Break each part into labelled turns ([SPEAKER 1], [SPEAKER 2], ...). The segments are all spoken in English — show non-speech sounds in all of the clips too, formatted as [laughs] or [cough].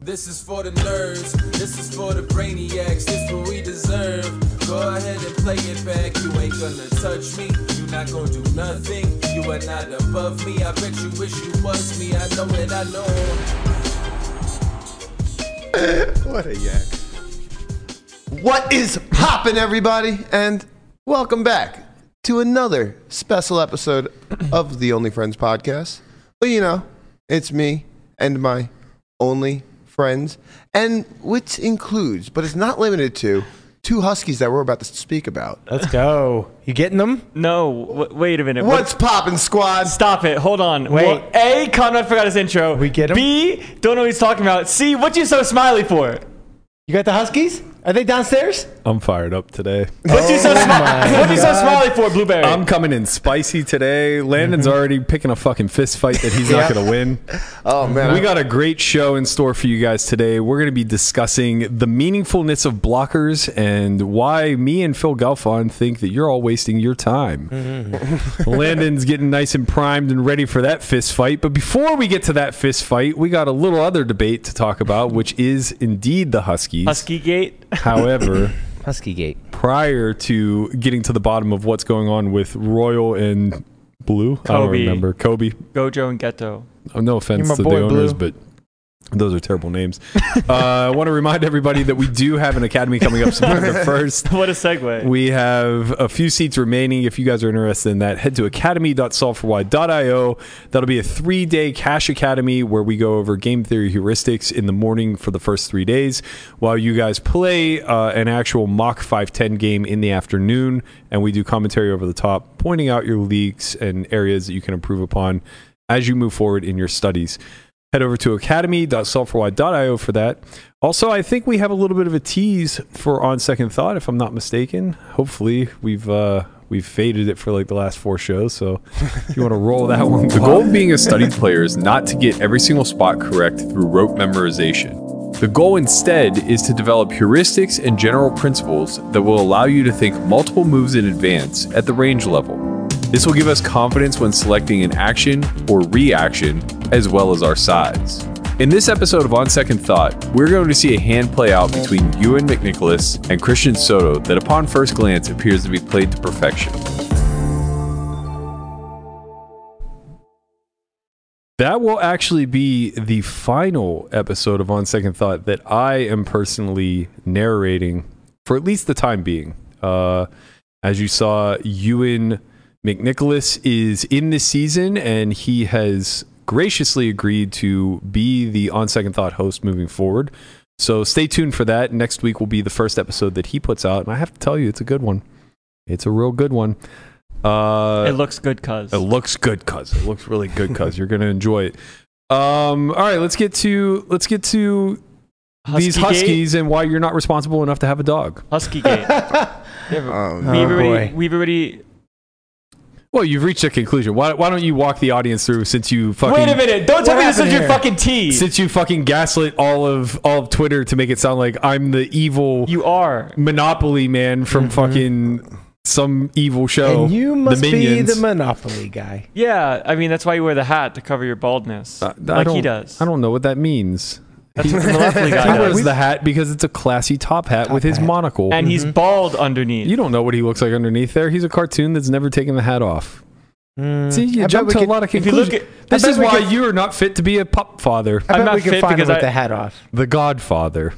[SPEAKER 1] This is for the nerds. This is for the brainiacs. This what we deserve. Go ahead and play it back. You ain't gonna touch me. You not gonna do nothing. You are not above me. I bet you wish you was me. I know it. I know.
[SPEAKER 2] What a yak. What is poppin', everybody? And welcome back to another special episode [clears throat] of the Only Friends podcast. Well, you know, it's me and my only friends, and which includes, but is not limited to, two Huskies that we're about to speak about.
[SPEAKER 3] Let's go. You getting them?
[SPEAKER 4] No, w- wait a minute. What-
[SPEAKER 2] What's poppin', squad?
[SPEAKER 4] Stop it. Hold on.
[SPEAKER 3] Wait.
[SPEAKER 4] Well, A, Conrad forgot his intro.
[SPEAKER 3] We get him?
[SPEAKER 4] B, don't know what he's talking about. C, what you so smiley for?
[SPEAKER 3] You got the Huskies? Are they downstairs?
[SPEAKER 5] I'm fired up today.
[SPEAKER 4] What you so smiley? What you so smiley for, Blueberry?
[SPEAKER 5] I'm coming in spicy today. Landon's already picking a fucking fist fight that he's not
[SPEAKER 2] Yeah.
[SPEAKER 5] going to win.
[SPEAKER 2] Oh, man.
[SPEAKER 5] We got a great show in store for you guys today. We're going to be discussing the meaningfulness of blockers and why me and Phil Galfond think that you're all wasting your time. [laughs] Landon's getting nice and primed and ready for that fist fight. But before we get to that fist fight, we got a little other debate to talk about, which is indeed the Huskies.
[SPEAKER 4] Husky Gate.
[SPEAKER 5] However,
[SPEAKER 3] Husky Gate.
[SPEAKER 5] prior to getting to the bottom of what's going on with Royal and Blue. I don't
[SPEAKER 4] Kobe.
[SPEAKER 5] remember. Kobe.
[SPEAKER 4] Gojo and Ghetto.
[SPEAKER 5] Oh, no
[SPEAKER 3] You're
[SPEAKER 5] offense
[SPEAKER 3] my
[SPEAKER 5] to
[SPEAKER 3] boy,
[SPEAKER 5] the owners,
[SPEAKER 3] Blue.
[SPEAKER 5] but those are terrible names. [laughs] uh, I want to remind everybody that we do have an academy coming up
[SPEAKER 3] [laughs]
[SPEAKER 5] September 1st.
[SPEAKER 4] What a segue.
[SPEAKER 5] We have a few seats remaining. If you guys are interested in that, head to academy.solveforwhy.io. That'll be a three day cash academy where we go over game theory heuristics in the morning for the first three days while you guys play uh, an actual mock 510 game in the afternoon. And we do commentary over the top, pointing out your leaks and areas that you can improve upon as you move forward in your studies. Head over to academy.solveforwhy.io for that. Also, I think we have a little bit of a tease for on second thought, if I'm not mistaken. Hopefully, we've uh, we've faded it for like the last four shows. So, if you want to roll that one, the goal of being a studied player is not to get every single spot correct through rote memorization. The goal instead is to develop heuristics and general principles that will allow you to think multiple moves in advance at the range level. This will give us confidence when selecting an action or reaction, as well as our sides. In this episode of On Second Thought, we're going to see a hand play out between Ewan McNicholas and Christian Soto that, upon first glance, appears to be played to perfection. That will actually be the final episode of On Second Thought that I am personally narrating for at least the time being. Uh, as you saw, Ewan McNicholas is in this season and he has graciously agreed to be the On Second Thought host moving forward. So stay tuned for that. Next week will be the first episode that he puts out. And I have to tell you, it's a good one. It's a real good one. Uh,
[SPEAKER 4] it looks good, cuz.
[SPEAKER 5] it looks good, cuz. It looks really good, cuz. You're gonna enjoy it. Um, all right, let's get to let's get to these
[SPEAKER 4] Husky Gate?
[SPEAKER 5] huskies and why you're not responsible enough to have a dog.
[SPEAKER 4] Husky
[SPEAKER 5] [laughs]
[SPEAKER 4] Gate.
[SPEAKER 2] Oh,
[SPEAKER 4] we've,
[SPEAKER 3] Oh,
[SPEAKER 4] already,
[SPEAKER 3] boy.
[SPEAKER 4] we've already.
[SPEAKER 5] Well, you've reached a conclusion. Why, why don't you walk the audience through since you fucking
[SPEAKER 4] Wait a minute. Don't tell me this
[SPEAKER 3] happened
[SPEAKER 4] is your
[SPEAKER 3] here?
[SPEAKER 4] fucking tea.
[SPEAKER 5] since you fucking gaslit all of all of Twitter to make it sound like I'm the evil
[SPEAKER 4] you are.
[SPEAKER 5] monopoly man from fucking some evil show.
[SPEAKER 3] and you must
[SPEAKER 5] Oh, the
[SPEAKER 3] be
[SPEAKER 5] minions.
[SPEAKER 3] the Monopoly guy.
[SPEAKER 4] Yeah, I mean, that's why you wear the hat to cover your baldness.
[SPEAKER 5] Uh, I- I
[SPEAKER 4] like he
[SPEAKER 5] don't-
[SPEAKER 4] does.
[SPEAKER 5] I don't know what that means.
[SPEAKER 4] That's
[SPEAKER 5] [laughs]
[SPEAKER 3] [laughs]
[SPEAKER 4] what the lovely guy
[SPEAKER 5] He wears
[SPEAKER 4] does.
[SPEAKER 5] the hat because it's a classy top hat with his
[SPEAKER 3] hat.
[SPEAKER 5] monocle.
[SPEAKER 4] And he's bald underneath.
[SPEAKER 5] Mm-hmm. You don't know what he looks like underneath there. He's a cartoon that's never taken the hat off. See, you
[SPEAKER 3] I bet
[SPEAKER 5] jump
[SPEAKER 3] we
[SPEAKER 5] to
[SPEAKER 3] could-
[SPEAKER 5] a lot of
[SPEAKER 4] if you look
[SPEAKER 5] conclusions.
[SPEAKER 4] at-
[SPEAKER 5] This
[SPEAKER 3] I bet
[SPEAKER 5] is
[SPEAKER 3] we
[SPEAKER 5] why
[SPEAKER 3] could-
[SPEAKER 5] you are not fit to be a pup father,
[SPEAKER 3] I
[SPEAKER 4] I'm
[SPEAKER 3] bet
[SPEAKER 4] not
[SPEAKER 3] we can
[SPEAKER 4] fit
[SPEAKER 3] find him
[SPEAKER 4] because
[SPEAKER 3] with
[SPEAKER 4] I-
[SPEAKER 3] the hat off.
[SPEAKER 5] the Godfather,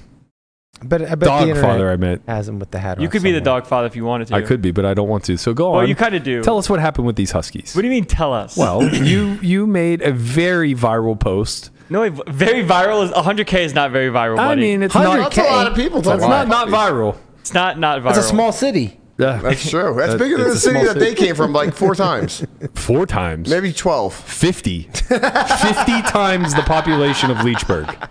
[SPEAKER 3] But I bet the
[SPEAKER 5] dog
[SPEAKER 3] internet
[SPEAKER 5] father. I meant
[SPEAKER 3] has him with the hat off.
[SPEAKER 4] You could be the
[SPEAKER 3] somewhere.
[SPEAKER 4] dog father if you wanted to.
[SPEAKER 5] I could be, but I don't want to. So go
[SPEAKER 4] Well,
[SPEAKER 5] on.
[SPEAKER 4] you kind of do.
[SPEAKER 5] Tell us what happened with these huskies.
[SPEAKER 4] What do you mean, tell us?
[SPEAKER 5] well, you you made a very viral post.
[SPEAKER 4] no, it- very viral is 100k is not very viral. Buddy.
[SPEAKER 5] I mean, it's
[SPEAKER 3] 100
[SPEAKER 5] not
[SPEAKER 2] That's a lot of people talking
[SPEAKER 5] it's not
[SPEAKER 2] about
[SPEAKER 5] not viral. Uh,
[SPEAKER 4] it's not not viral.
[SPEAKER 3] That's a small city.
[SPEAKER 5] Yeah,
[SPEAKER 2] That's true. That's
[SPEAKER 5] That-
[SPEAKER 2] bigger than
[SPEAKER 5] it's
[SPEAKER 2] the
[SPEAKER 5] a
[SPEAKER 2] city
[SPEAKER 5] small
[SPEAKER 2] that they
[SPEAKER 5] city.
[SPEAKER 2] came from like four times,
[SPEAKER 5] four times,
[SPEAKER 2] maybe 12.
[SPEAKER 5] fifty. [laughs] Fifty times the population of Leechburg.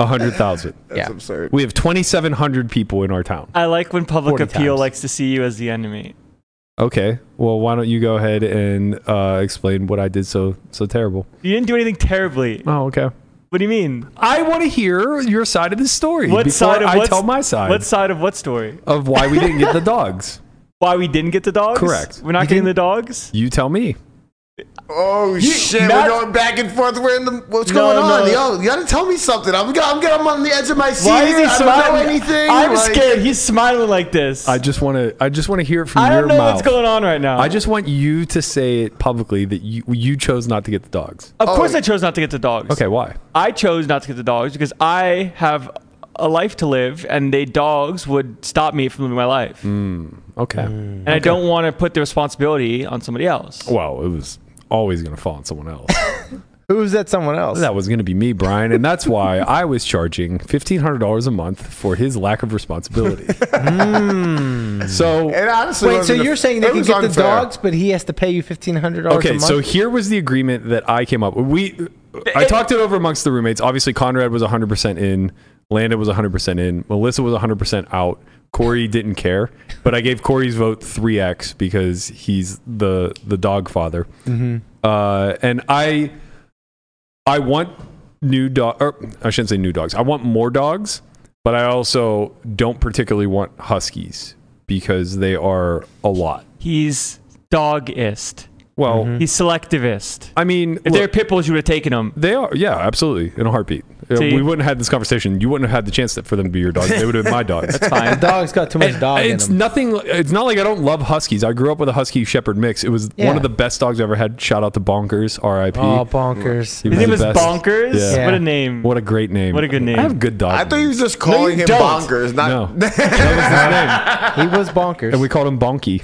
[SPEAKER 5] hundred thousand.
[SPEAKER 2] That's
[SPEAKER 3] Yeah.
[SPEAKER 2] absurd.
[SPEAKER 5] We have twenty seven hundred people in our town.
[SPEAKER 4] I like when public
[SPEAKER 3] 40
[SPEAKER 4] appeal
[SPEAKER 3] times.
[SPEAKER 4] likes to see you as the enemy.
[SPEAKER 5] Okay. Well, why don't you go ahead and uh, explain what I did so so terrible?
[SPEAKER 4] You didn't do anything terribly.
[SPEAKER 5] Oh, okay.
[SPEAKER 4] What do you mean?
[SPEAKER 5] I want to hear your side of the story
[SPEAKER 4] What
[SPEAKER 5] before
[SPEAKER 4] side of
[SPEAKER 5] I
[SPEAKER 4] what
[SPEAKER 5] tell my side
[SPEAKER 4] What side of what story?
[SPEAKER 5] of why we didn't get the dogs.
[SPEAKER 4] Why we didn't get the dogs?
[SPEAKER 5] Correct.
[SPEAKER 4] We're not
[SPEAKER 5] You
[SPEAKER 4] getting
[SPEAKER 5] didn't-
[SPEAKER 4] the dogs.
[SPEAKER 5] You tell me.
[SPEAKER 2] Oh shit!
[SPEAKER 4] Matt-
[SPEAKER 2] we're going back and forth. We're in the. What's
[SPEAKER 4] No,
[SPEAKER 2] going on?
[SPEAKER 4] no.
[SPEAKER 2] Yo, you gotta tell me something. I'm, I'm, get- I'm on the edge of my seat.
[SPEAKER 4] Why is he
[SPEAKER 2] I
[SPEAKER 4] smiling?
[SPEAKER 2] don't know anything.
[SPEAKER 4] I'm
[SPEAKER 2] like-
[SPEAKER 4] scared. He's smiling like this.
[SPEAKER 5] I just want to. I just want to hear it from
[SPEAKER 4] I
[SPEAKER 5] your
[SPEAKER 4] don't know
[SPEAKER 5] mouth.
[SPEAKER 4] what's going on right now.
[SPEAKER 5] I just want you to say it publicly that you you chose not to get the dogs.
[SPEAKER 4] of course,
[SPEAKER 2] Oh.
[SPEAKER 4] I chose not to get the dogs.
[SPEAKER 5] Okay, why?
[SPEAKER 4] I chose not to get the dogs because I have a life to live, and the dogs would stop me from living my life,
[SPEAKER 5] Mm. Okay.
[SPEAKER 4] and I don't want to put the responsibility on somebody else.
[SPEAKER 5] Well, it was always going to fall on someone else.
[SPEAKER 3] Who's that someone else?
[SPEAKER 5] that was going to be me, Brian, and that's why I was charging fifteen hundred dollars a month for his lack of responsibility. So
[SPEAKER 2] It honestly
[SPEAKER 3] Wait, so
[SPEAKER 2] wasn't a-
[SPEAKER 3] you're saying they
[SPEAKER 2] it
[SPEAKER 3] can
[SPEAKER 2] was
[SPEAKER 3] get the
[SPEAKER 2] unfair.
[SPEAKER 3] dogs, but he has to pay you fifteen hundred dollars a
[SPEAKER 5] Okay,
[SPEAKER 3] month?
[SPEAKER 5] so here was the agreement that I came up with. We, I talked it over amongst the roommates. Obviously, Conrad was 100% in. Landa was 100% in. Melissa was 100% out. Corey didn't care, but I gave Corey's vote 3x because he's the the dog father. Uh, and I, I want new dog. Or I shouldn't say new dogs. I want more dogs, but I also don't particularly want huskies because they are a lot.
[SPEAKER 4] He's dogist.
[SPEAKER 5] Well,
[SPEAKER 4] He's selectivist.
[SPEAKER 5] I mean,
[SPEAKER 4] If
[SPEAKER 5] look-
[SPEAKER 4] they were pit bulls, you would have taken them.
[SPEAKER 5] They are, yeah, absolutely, in a heartbeat. Uh,
[SPEAKER 4] See?
[SPEAKER 5] we wouldn't have had this conversation. You wouldn't have had the chance that for them to be your dogs. They would have been my dogs. That's
[SPEAKER 3] the dog's got too much dog in
[SPEAKER 5] It's
[SPEAKER 3] him.
[SPEAKER 5] nothing. It's not like I don't love Huskies. I grew up with a Husky Shepherd mix. It was
[SPEAKER 3] Yeah.
[SPEAKER 5] one of the best dogs I ever had. Shout out to Bonkers, R.I.P.
[SPEAKER 3] oh, bonkers.
[SPEAKER 5] He
[SPEAKER 4] His name
[SPEAKER 5] the
[SPEAKER 4] is
[SPEAKER 5] best.
[SPEAKER 4] Bonkers.
[SPEAKER 5] Yeah.
[SPEAKER 4] What a name.
[SPEAKER 5] What a great name.
[SPEAKER 4] What a good name.
[SPEAKER 5] I have good dogs.
[SPEAKER 2] I thought you were just calling him
[SPEAKER 4] don't.
[SPEAKER 2] bonkers. Not.
[SPEAKER 5] no, that was his
[SPEAKER 3] [laughs]
[SPEAKER 5] name,
[SPEAKER 3] He was bonkers.
[SPEAKER 5] and we called him Bonky.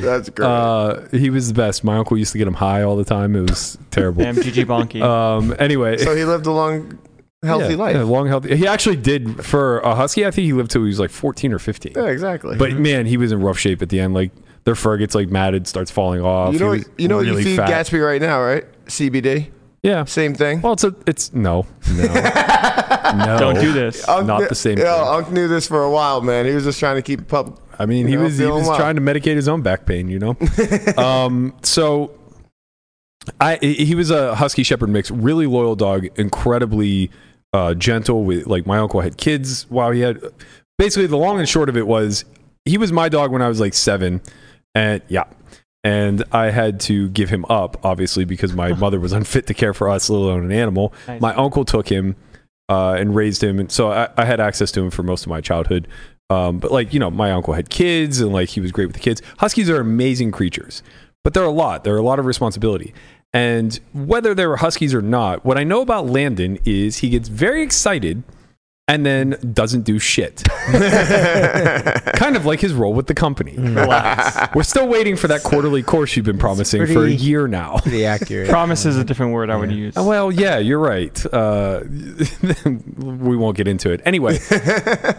[SPEAKER 2] [laughs] That's great.
[SPEAKER 5] Uh, he was the best. My uncle used to get him high all the time. It
[SPEAKER 3] [laughs]
[SPEAKER 5] was terrible.
[SPEAKER 4] Damn,
[SPEAKER 5] [laughs]
[SPEAKER 4] GG Bonky.
[SPEAKER 5] Um, anyway,
[SPEAKER 2] so he lived a long, healthy
[SPEAKER 5] yeah,
[SPEAKER 2] life.
[SPEAKER 5] yeah,
[SPEAKER 2] Yeah,
[SPEAKER 5] long healthy. He actually did for a Husky. I think he lived till he was like fourteen or fifteen.
[SPEAKER 2] exactly.
[SPEAKER 5] But man, he was in rough shape at the end. Like their fur gets like matted, starts falling off.
[SPEAKER 2] you know,
[SPEAKER 5] He was
[SPEAKER 2] what- you know, what
[SPEAKER 5] really
[SPEAKER 2] you feed
[SPEAKER 5] fat.
[SPEAKER 2] Gatsby right now, right? CBD,
[SPEAKER 5] Yeah.
[SPEAKER 2] same thing.
[SPEAKER 5] Well, it's a, it's no,
[SPEAKER 2] [laughs]
[SPEAKER 5] no, no.
[SPEAKER 4] Don't do
[SPEAKER 5] [laughs]
[SPEAKER 4] this.
[SPEAKER 2] Unc
[SPEAKER 5] not
[SPEAKER 2] kn-
[SPEAKER 5] the same
[SPEAKER 2] Yo,
[SPEAKER 5] thing.
[SPEAKER 2] Unc knew this for a while, man. He was just trying to keep pub.
[SPEAKER 5] I mean, he
[SPEAKER 2] you know,
[SPEAKER 5] was he
[SPEAKER 2] feeling
[SPEAKER 5] was
[SPEAKER 2] well.
[SPEAKER 5] trying to medicate his own back
[SPEAKER 2] [laughs]
[SPEAKER 5] pain. You know. um. So. I he he was a husky shepherd mix, really loyal dog, incredibly uh, gentle. With like my uncle had kids while he had. Basically, the long and short of it was he was my dog when I was like seven, and yeah, and I had to give him up obviously because my mother was unfit to care for us, let alone an animal.
[SPEAKER 4] Nice.
[SPEAKER 5] My uncle took him uh, and raised him, and so I, I had access to him for most of my childhood. Um, but like you know, my uncle had kids, and like he was great with the kids. Huskies are amazing creatures, but they're a lot. They're a lot of responsibility. And whether they were huskies or not, what I know about Landon is he gets very excited and then doesn't do shit. kind of like his role with the company.
[SPEAKER 4] Relax.
[SPEAKER 5] We're still waiting for that quarterly course you've been promising for a
[SPEAKER 3] pretty-
[SPEAKER 5] year now.
[SPEAKER 3] Pretty accurate.
[SPEAKER 4] Promise is a different word I would use.
[SPEAKER 5] [laughs] Uh, Well, yeah, you're right. Uh, [laughs] we won't get into it anyway.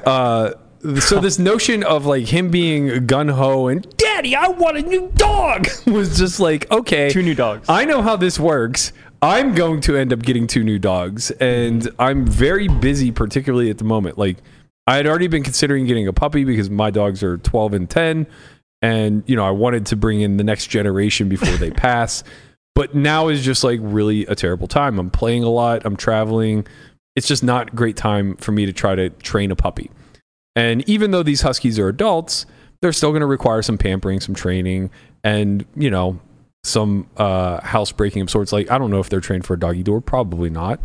[SPEAKER 5] Uh, so this notion of like him being gun ho and daddy, I want a new dog [laughs] was just like okay,
[SPEAKER 4] Two new dogs.
[SPEAKER 5] I know how this works. I'm going to end up getting two new dogs, and I'm very busy, particularly at the moment. Like I had already been considering getting a puppy because my dogs are 12 and 10, and you know I wanted to bring in the next generation before they pass but now is just like really a terrible time. I'm playing a lot, I'm traveling. It's just not a great time for me to try to train a puppy. And even though these huskies are adults, they're still going to require some pampering, some training, and you know, some uh, housebreaking of sorts. Like I don't know if they're trained for a doggy door, probably not.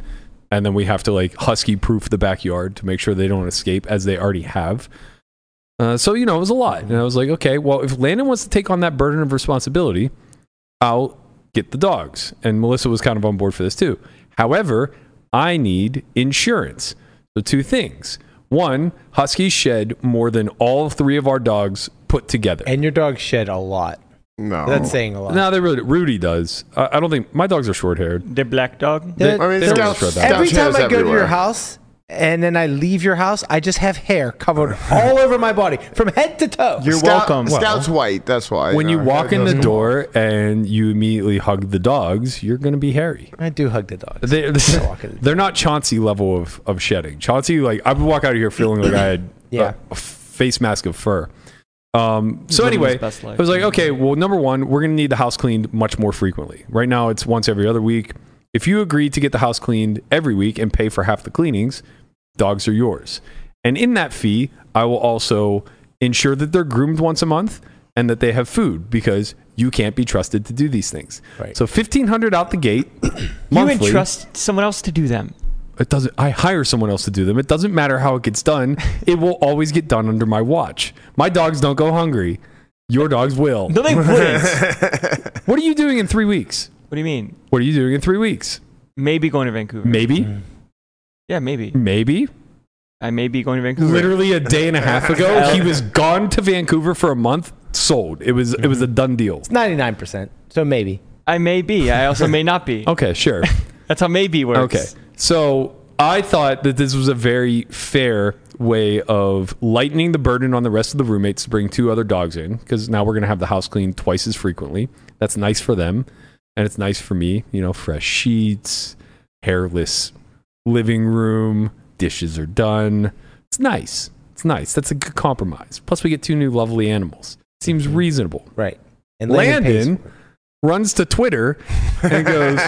[SPEAKER 5] And then we have to like husky proof the backyard to make sure they don't escape, as they already have. Uh, so you know, it was a lot, and I was like, okay, well, if Landon wants to take on that burden of responsibility, I'll get the dogs. And Melissa was kind of on board for this too. However, I need insurance. So, two things. One, Huskies shed more than all three of our dogs put together.
[SPEAKER 3] And your dog shed a lot.
[SPEAKER 2] no,
[SPEAKER 3] Oh. That's saying a lot.
[SPEAKER 5] Now they really, Rudy does. I, I don't think my dogs are short haired.
[SPEAKER 4] They're black dog.
[SPEAKER 3] That-
[SPEAKER 2] I mean,
[SPEAKER 5] They were
[SPEAKER 2] Scout-
[SPEAKER 5] just red
[SPEAKER 3] every
[SPEAKER 2] Scout
[SPEAKER 3] time
[SPEAKER 2] shows
[SPEAKER 3] I go to
[SPEAKER 2] everywhere.
[SPEAKER 3] your house and then I leave your house, I just have hair covered all over my body from head to toe.
[SPEAKER 4] You're
[SPEAKER 2] Scout-
[SPEAKER 4] welcome.
[SPEAKER 2] Scout's white. That's why.
[SPEAKER 5] When you
[SPEAKER 2] know.
[SPEAKER 5] walk in the door and you immediately hug the dogs, you're going to be hairy.
[SPEAKER 3] I do hug the dog.
[SPEAKER 5] They're,
[SPEAKER 4] [laughs]
[SPEAKER 3] walking.
[SPEAKER 5] [laughs] they're not Chauncey level of, of shedding. Chauncey, like, I would walk out of here feeling like I had
[SPEAKER 3] Yeah.
[SPEAKER 5] a, a face mask of fur. Um, so
[SPEAKER 4] living
[SPEAKER 5] anyway,
[SPEAKER 4] his best life.
[SPEAKER 5] I was like, okay, well, number one, we're going to need the house cleaned much more frequently. Right now, it's once every other week. If you agree to get the house cleaned every week and pay for half the cleanings, dogs are yours. And in that fee, I will also ensure that they're groomed once a month and that they have food because you can't be trusted to do these things.
[SPEAKER 3] Right.
[SPEAKER 5] So 1500 out the gate
[SPEAKER 4] You
[SPEAKER 5] monthly.
[SPEAKER 4] entrust someone else to do them.
[SPEAKER 5] it doesn't I hire someone else to do them. It doesn't matter how it gets done. It will always get done under my watch. My dogs don't go hungry. Your dogs will.
[SPEAKER 4] No,
[SPEAKER 5] [laughs]
[SPEAKER 4] they wouldn't. what
[SPEAKER 5] What are you doing in 3 weeks?
[SPEAKER 4] do you mean?
[SPEAKER 5] What are you doing in 3 weeks?
[SPEAKER 4] Maybe going to Vancouver.
[SPEAKER 5] Maybe?
[SPEAKER 4] Yeah, maybe.
[SPEAKER 5] Maybe?
[SPEAKER 4] I may be going to Vancouver.
[SPEAKER 5] Literally a day and a half ago, he was gone to Vancouver for a month, sold. It was it was a done deal.
[SPEAKER 3] Ninety nine percent. So maybe.
[SPEAKER 4] I may be. I also may not be.
[SPEAKER 5] [laughs] Okay, sure.
[SPEAKER 4] That's how maybe works.
[SPEAKER 5] Okay. So I thought that this was a very fair way of lightening the burden on the rest of the roommates to bring two other dogs in because now we're going to have the house cleaned twice as frequently. That's nice for them. And it's nice for me, you know, fresh sheets, hairless living room, dishes are done. It's nice. It's nice. That's a good compromise. Plus, we get two new lovely animals. Seems reasonable.
[SPEAKER 3] Right. And
[SPEAKER 5] Landon
[SPEAKER 3] pays-
[SPEAKER 5] runs to Twitter
[SPEAKER 4] [laughs]
[SPEAKER 5] and goes,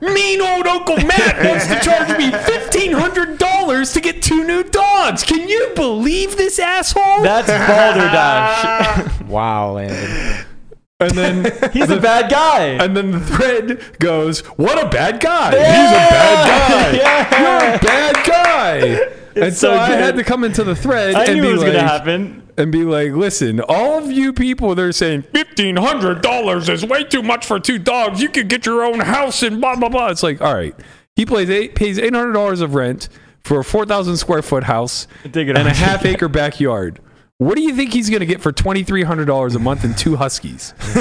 [SPEAKER 5] "Mean old Uncle Matt wants to charge me fifteen hundred dollars to get two new dogs. Can you believe this asshole?"
[SPEAKER 4] That's
[SPEAKER 5] [laughs]
[SPEAKER 4] balderdash.
[SPEAKER 3] [laughs] Wow, Landon.
[SPEAKER 5] and
[SPEAKER 4] [laughs]
[SPEAKER 5] then
[SPEAKER 4] He's a bad guy.
[SPEAKER 5] and then the thread goes, "What a bad guy! He's a
[SPEAKER 4] [laughs]
[SPEAKER 5] bad guy! You're a bad guy!" and so,
[SPEAKER 4] so
[SPEAKER 5] I
[SPEAKER 4] good.
[SPEAKER 5] had to come into the thread
[SPEAKER 4] I
[SPEAKER 5] and
[SPEAKER 4] knew
[SPEAKER 5] be
[SPEAKER 4] it was
[SPEAKER 5] like,
[SPEAKER 4] gonna happen.
[SPEAKER 5] and be like, listen, all of you people that are saying fifteen hundred dollars is way too much for two dogs. You could get your own house and blah blah blah. It's like, all right, he plays eight, pays eight hundred dollars of rent for a four thousand square foot house
[SPEAKER 4] Dig it
[SPEAKER 5] and a
[SPEAKER 4] up.
[SPEAKER 5] half acre backyard. What do you think he's going to get for twenty three hundred dollars a month and two huskies? he's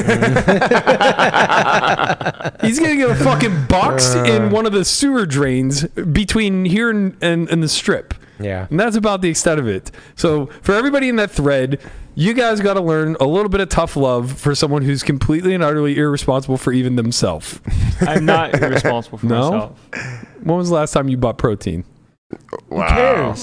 [SPEAKER 5] going to get a fucking box in one of the sewer drains between here and, and, and the strip.
[SPEAKER 3] Yeah.
[SPEAKER 5] And that's about the extent of it. So, for everybody in that thread, you guys got to learn a little bit of tough love for someone who's completely and utterly irresponsible for even themselves.
[SPEAKER 4] [laughs] I'm not responsible for
[SPEAKER 5] No?
[SPEAKER 4] myself.
[SPEAKER 5] When was the last time you bought protein?
[SPEAKER 2] Wow.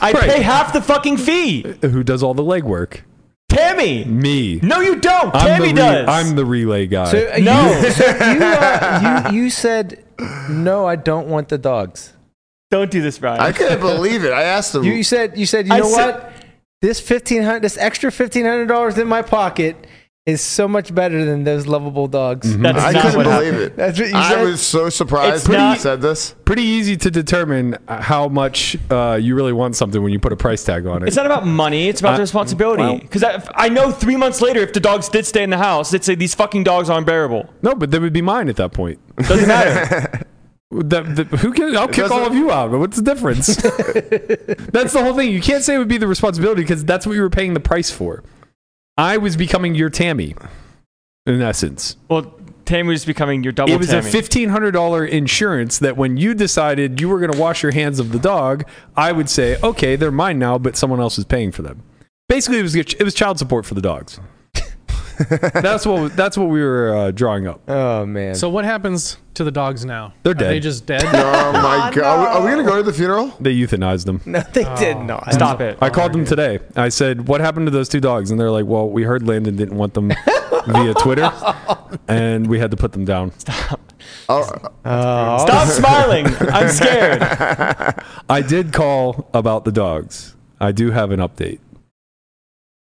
[SPEAKER 4] I
[SPEAKER 5] Right.
[SPEAKER 4] pay half the fucking fee.
[SPEAKER 5] Who does all the legwork?
[SPEAKER 4] Tammy.
[SPEAKER 5] Me.
[SPEAKER 4] No, you don't. Tammy
[SPEAKER 5] the re-
[SPEAKER 4] does.
[SPEAKER 5] I'm the relay guy.
[SPEAKER 3] So, uh,
[SPEAKER 4] No.
[SPEAKER 3] You, so you, uh, you, you said, no, I don't want the dogs.
[SPEAKER 4] don't do this, Brian.
[SPEAKER 2] I couldn't believe it. I asked him.
[SPEAKER 3] You, you said, you said, you
[SPEAKER 4] I
[SPEAKER 3] know
[SPEAKER 4] said-
[SPEAKER 3] what? This fifteen hundred, this extra fifteen hundred dollars in my pocket is so much better than those lovable dogs.
[SPEAKER 4] That's
[SPEAKER 2] I
[SPEAKER 4] not
[SPEAKER 2] couldn't
[SPEAKER 4] what
[SPEAKER 2] believe
[SPEAKER 4] happened.
[SPEAKER 2] it.
[SPEAKER 3] That's what you
[SPEAKER 2] I
[SPEAKER 3] said?
[SPEAKER 2] was so
[SPEAKER 4] It's
[SPEAKER 2] surprised when you
[SPEAKER 4] not-
[SPEAKER 2] said this.
[SPEAKER 5] Pretty easy to determine uh, how much uh, you really want something when you put a price tag on it.
[SPEAKER 4] It's not about money. It's about
[SPEAKER 5] Uh,
[SPEAKER 4] the responsibility.
[SPEAKER 5] well-
[SPEAKER 4] Because I, I know three months later, if the dogs did stay in the house, they'd say these fucking dogs are unbearable.
[SPEAKER 5] no, but that would be mine at that point. [laughs]
[SPEAKER 4] Doesn't matter.
[SPEAKER 5] That, that- who can, I'll kick all
[SPEAKER 2] doesn't-
[SPEAKER 5] of you out, but what's the difference? that's the whole thing. You can't say it would be the responsibility because that's what you were paying the price for. I was becoming your Tammy, in essence.
[SPEAKER 4] well, Tammy was becoming your double
[SPEAKER 5] it was
[SPEAKER 4] Tammy.
[SPEAKER 5] a fifteen hundred dollar insurance that when you decided you were going to wash your hands of the dog, I would say, okay, they're mine now, but someone else is paying for them. Basically, it was it was child support for the dogs. that's what that's what we were uh, drawing up.
[SPEAKER 3] Oh man.
[SPEAKER 6] So what happens to the dogs now?
[SPEAKER 5] They're
[SPEAKER 6] Are they
[SPEAKER 5] dead.
[SPEAKER 6] just dead?
[SPEAKER 2] Oh my god! Are, we, are we gonna go to the funeral?
[SPEAKER 5] They euthanized them.
[SPEAKER 3] no, they did not.
[SPEAKER 4] Stop
[SPEAKER 5] [laughs]
[SPEAKER 4] it.
[SPEAKER 6] Oh,
[SPEAKER 5] I called them today. I said, "What happened to those two dogs?" And they're like, "Well, we heard Landon didn't want them via Twitter,
[SPEAKER 6] [laughs]
[SPEAKER 5] and we had to put them down."
[SPEAKER 2] Oh,
[SPEAKER 4] Stop smiling. I'm scared.
[SPEAKER 5] I did call about the dogs. I do have an update.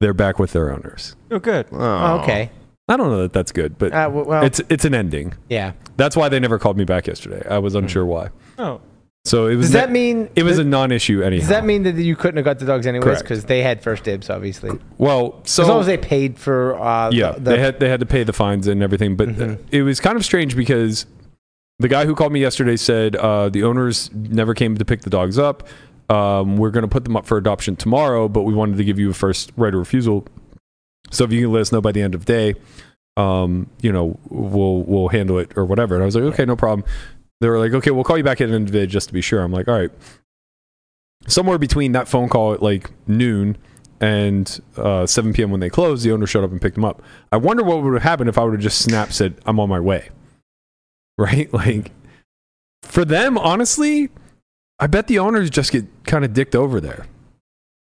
[SPEAKER 5] They're back with their owners.
[SPEAKER 4] [laughs] Oh, good.
[SPEAKER 2] oh.
[SPEAKER 3] Okay.
[SPEAKER 5] I don't know that that's good, but
[SPEAKER 3] Uh, w- well,
[SPEAKER 5] it's it's an ending.
[SPEAKER 3] yeah.
[SPEAKER 5] That's why they never called me back yesterday. I was unsure why.
[SPEAKER 4] Oh.
[SPEAKER 5] So it was
[SPEAKER 3] Hmm. Does that mean
[SPEAKER 5] it was a non-issue anyhow.
[SPEAKER 3] Does that mean that you couldn't have got the dogs anyways
[SPEAKER 5] Correct.
[SPEAKER 3] because they had first dibs, obviously?
[SPEAKER 5] well? So
[SPEAKER 3] as long as they paid for uh,
[SPEAKER 5] yeah,
[SPEAKER 3] the, Mm-hmm.
[SPEAKER 5] they had they had to pay the fines and everything, but uh, it was kind of strange because the guy who called me yesterday said uh, the owners never came to pick the dogs up. Um, we're going to put them up for adoption tomorrow, but we wanted to give you a first right of refusal. So if you can let us know by the end of the day, um, you know, we'll we'll handle it or whatever. And I was like, okay, no problem. They were like, okay, we'll call you back at the end of the day just to be sure. I'm like, all right. Somewhere between that phone call at like noon and uh, 7 p.m. when they closed, the owner showed up and picked them up. I wonder what would have happened if I would have just snapped, said, I'm on my way. [laughs] Right? Like, for them, honestly, I bet the owners just get kind of dicked over there.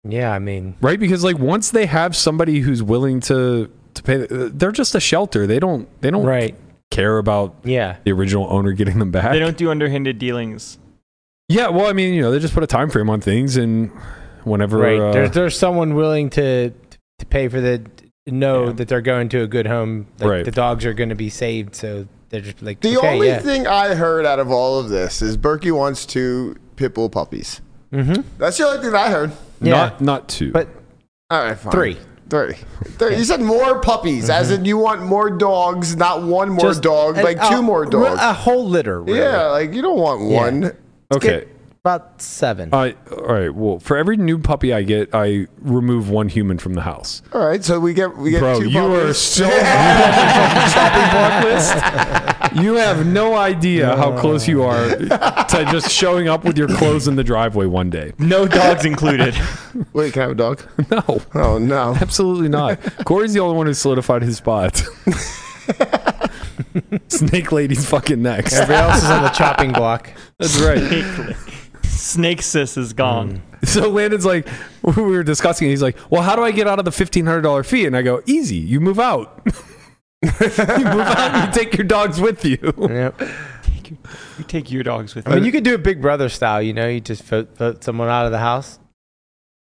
[SPEAKER 3] yeah, I mean,
[SPEAKER 5] Right? Because, like, once they have somebody who's willing to, to pay, they're just a shelter. They don't, they don't
[SPEAKER 3] right?
[SPEAKER 5] care about
[SPEAKER 3] Yeah,
[SPEAKER 5] the original owner getting them back.
[SPEAKER 4] They don't do underhanded dealings.
[SPEAKER 5] yeah. Well, I mean, you know, they just put a time frame on things and whenever.
[SPEAKER 3] right.
[SPEAKER 5] uh,
[SPEAKER 3] there's there's someone willing to to pay for the know that they're going to a good home. Like,
[SPEAKER 5] Right.
[SPEAKER 3] The dogs are going to be saved, so they're just like
[SPEAKER 2] The
[SPEAKER 3] okay,
[SPEAKER 2] only
[SPEAKER 3] yeah.
[SPEAKER 2] thing I heard out of all of this is Berkey wants two pit bull puppies. Mm-hmm. That's the only thing I heard.
[SPEAKER 3] Yeah.
[SPEAKER 5] Not not two.
[SPEAKER 3] But
[SPEAKER 2] All right, fine.
[SPEAKER 3] Three.
[SPEAKER 2] Three. Three. You said more puppies, as in you want more dogs, not one more
[SPEAKER 3] just uh,
[SPEAKER 2] dog,
[SPEAKER 3] an-
[SPEAKER 2] like
[SPEAKER 3] a-
[SPEAKER 2] two more
[SPEAKER 3] re-
[SPEAKER 2] dogs.
[SPEAKER 3] a whole litter. uh, Really.
[SPEAKER 2] yeah, like you don't want one.
[SPEAKER 5] okay.
[SPEAKER 3] Get about seven.
[SPEAKER 5] I all right. Well, for every new puppy I get, I remove one human from the house.
[SPEAKER 2] All right, so we get we get
[SPEAKER 5] Bro,
[SPEAKER 2] two
[SPEAKER 5] you are
[SPEAKER 2] puppies. [laughs]
[SPEAKER 5] so You have no idea how close you are to just showing up with your clothes in the driveway one day. [laughs]
[SPEAKER 4] No dogs [laughs] included.
[SPEAKER 2] Wait, can I have a dog?
[SPEAKER 5] No,
[SPEAKER 2] Oh no.
[SPEAKER 5] absolutely not. Corey's the only one who solidified his spot. [laughs] Snake lady's fucking next.
[SPEAKER 3] Everybody else is on the chopping block.
[SPEAKER 5] That's right.
[SPEAKER 4] Snake- Snake sis is gone.
[SPEAKER 5] [laughs] So Landon's like, we were discussing. He's like, well, how do I get out of the fifteen hundred dollar fee? And I go, easy. You move out. [laughs] you move out. and You take your dogs with you.
[SPEAKER 3] Yep.
[SPEAKER 5] [laughs]
[SPEAKER 4] You take your dogs with
[SPEAKER 3] I mean,
[SPEAKER 4] you.
[SPEAKER 3] you could do a Big Brother style. You know, you just vote, vote someone out of the house.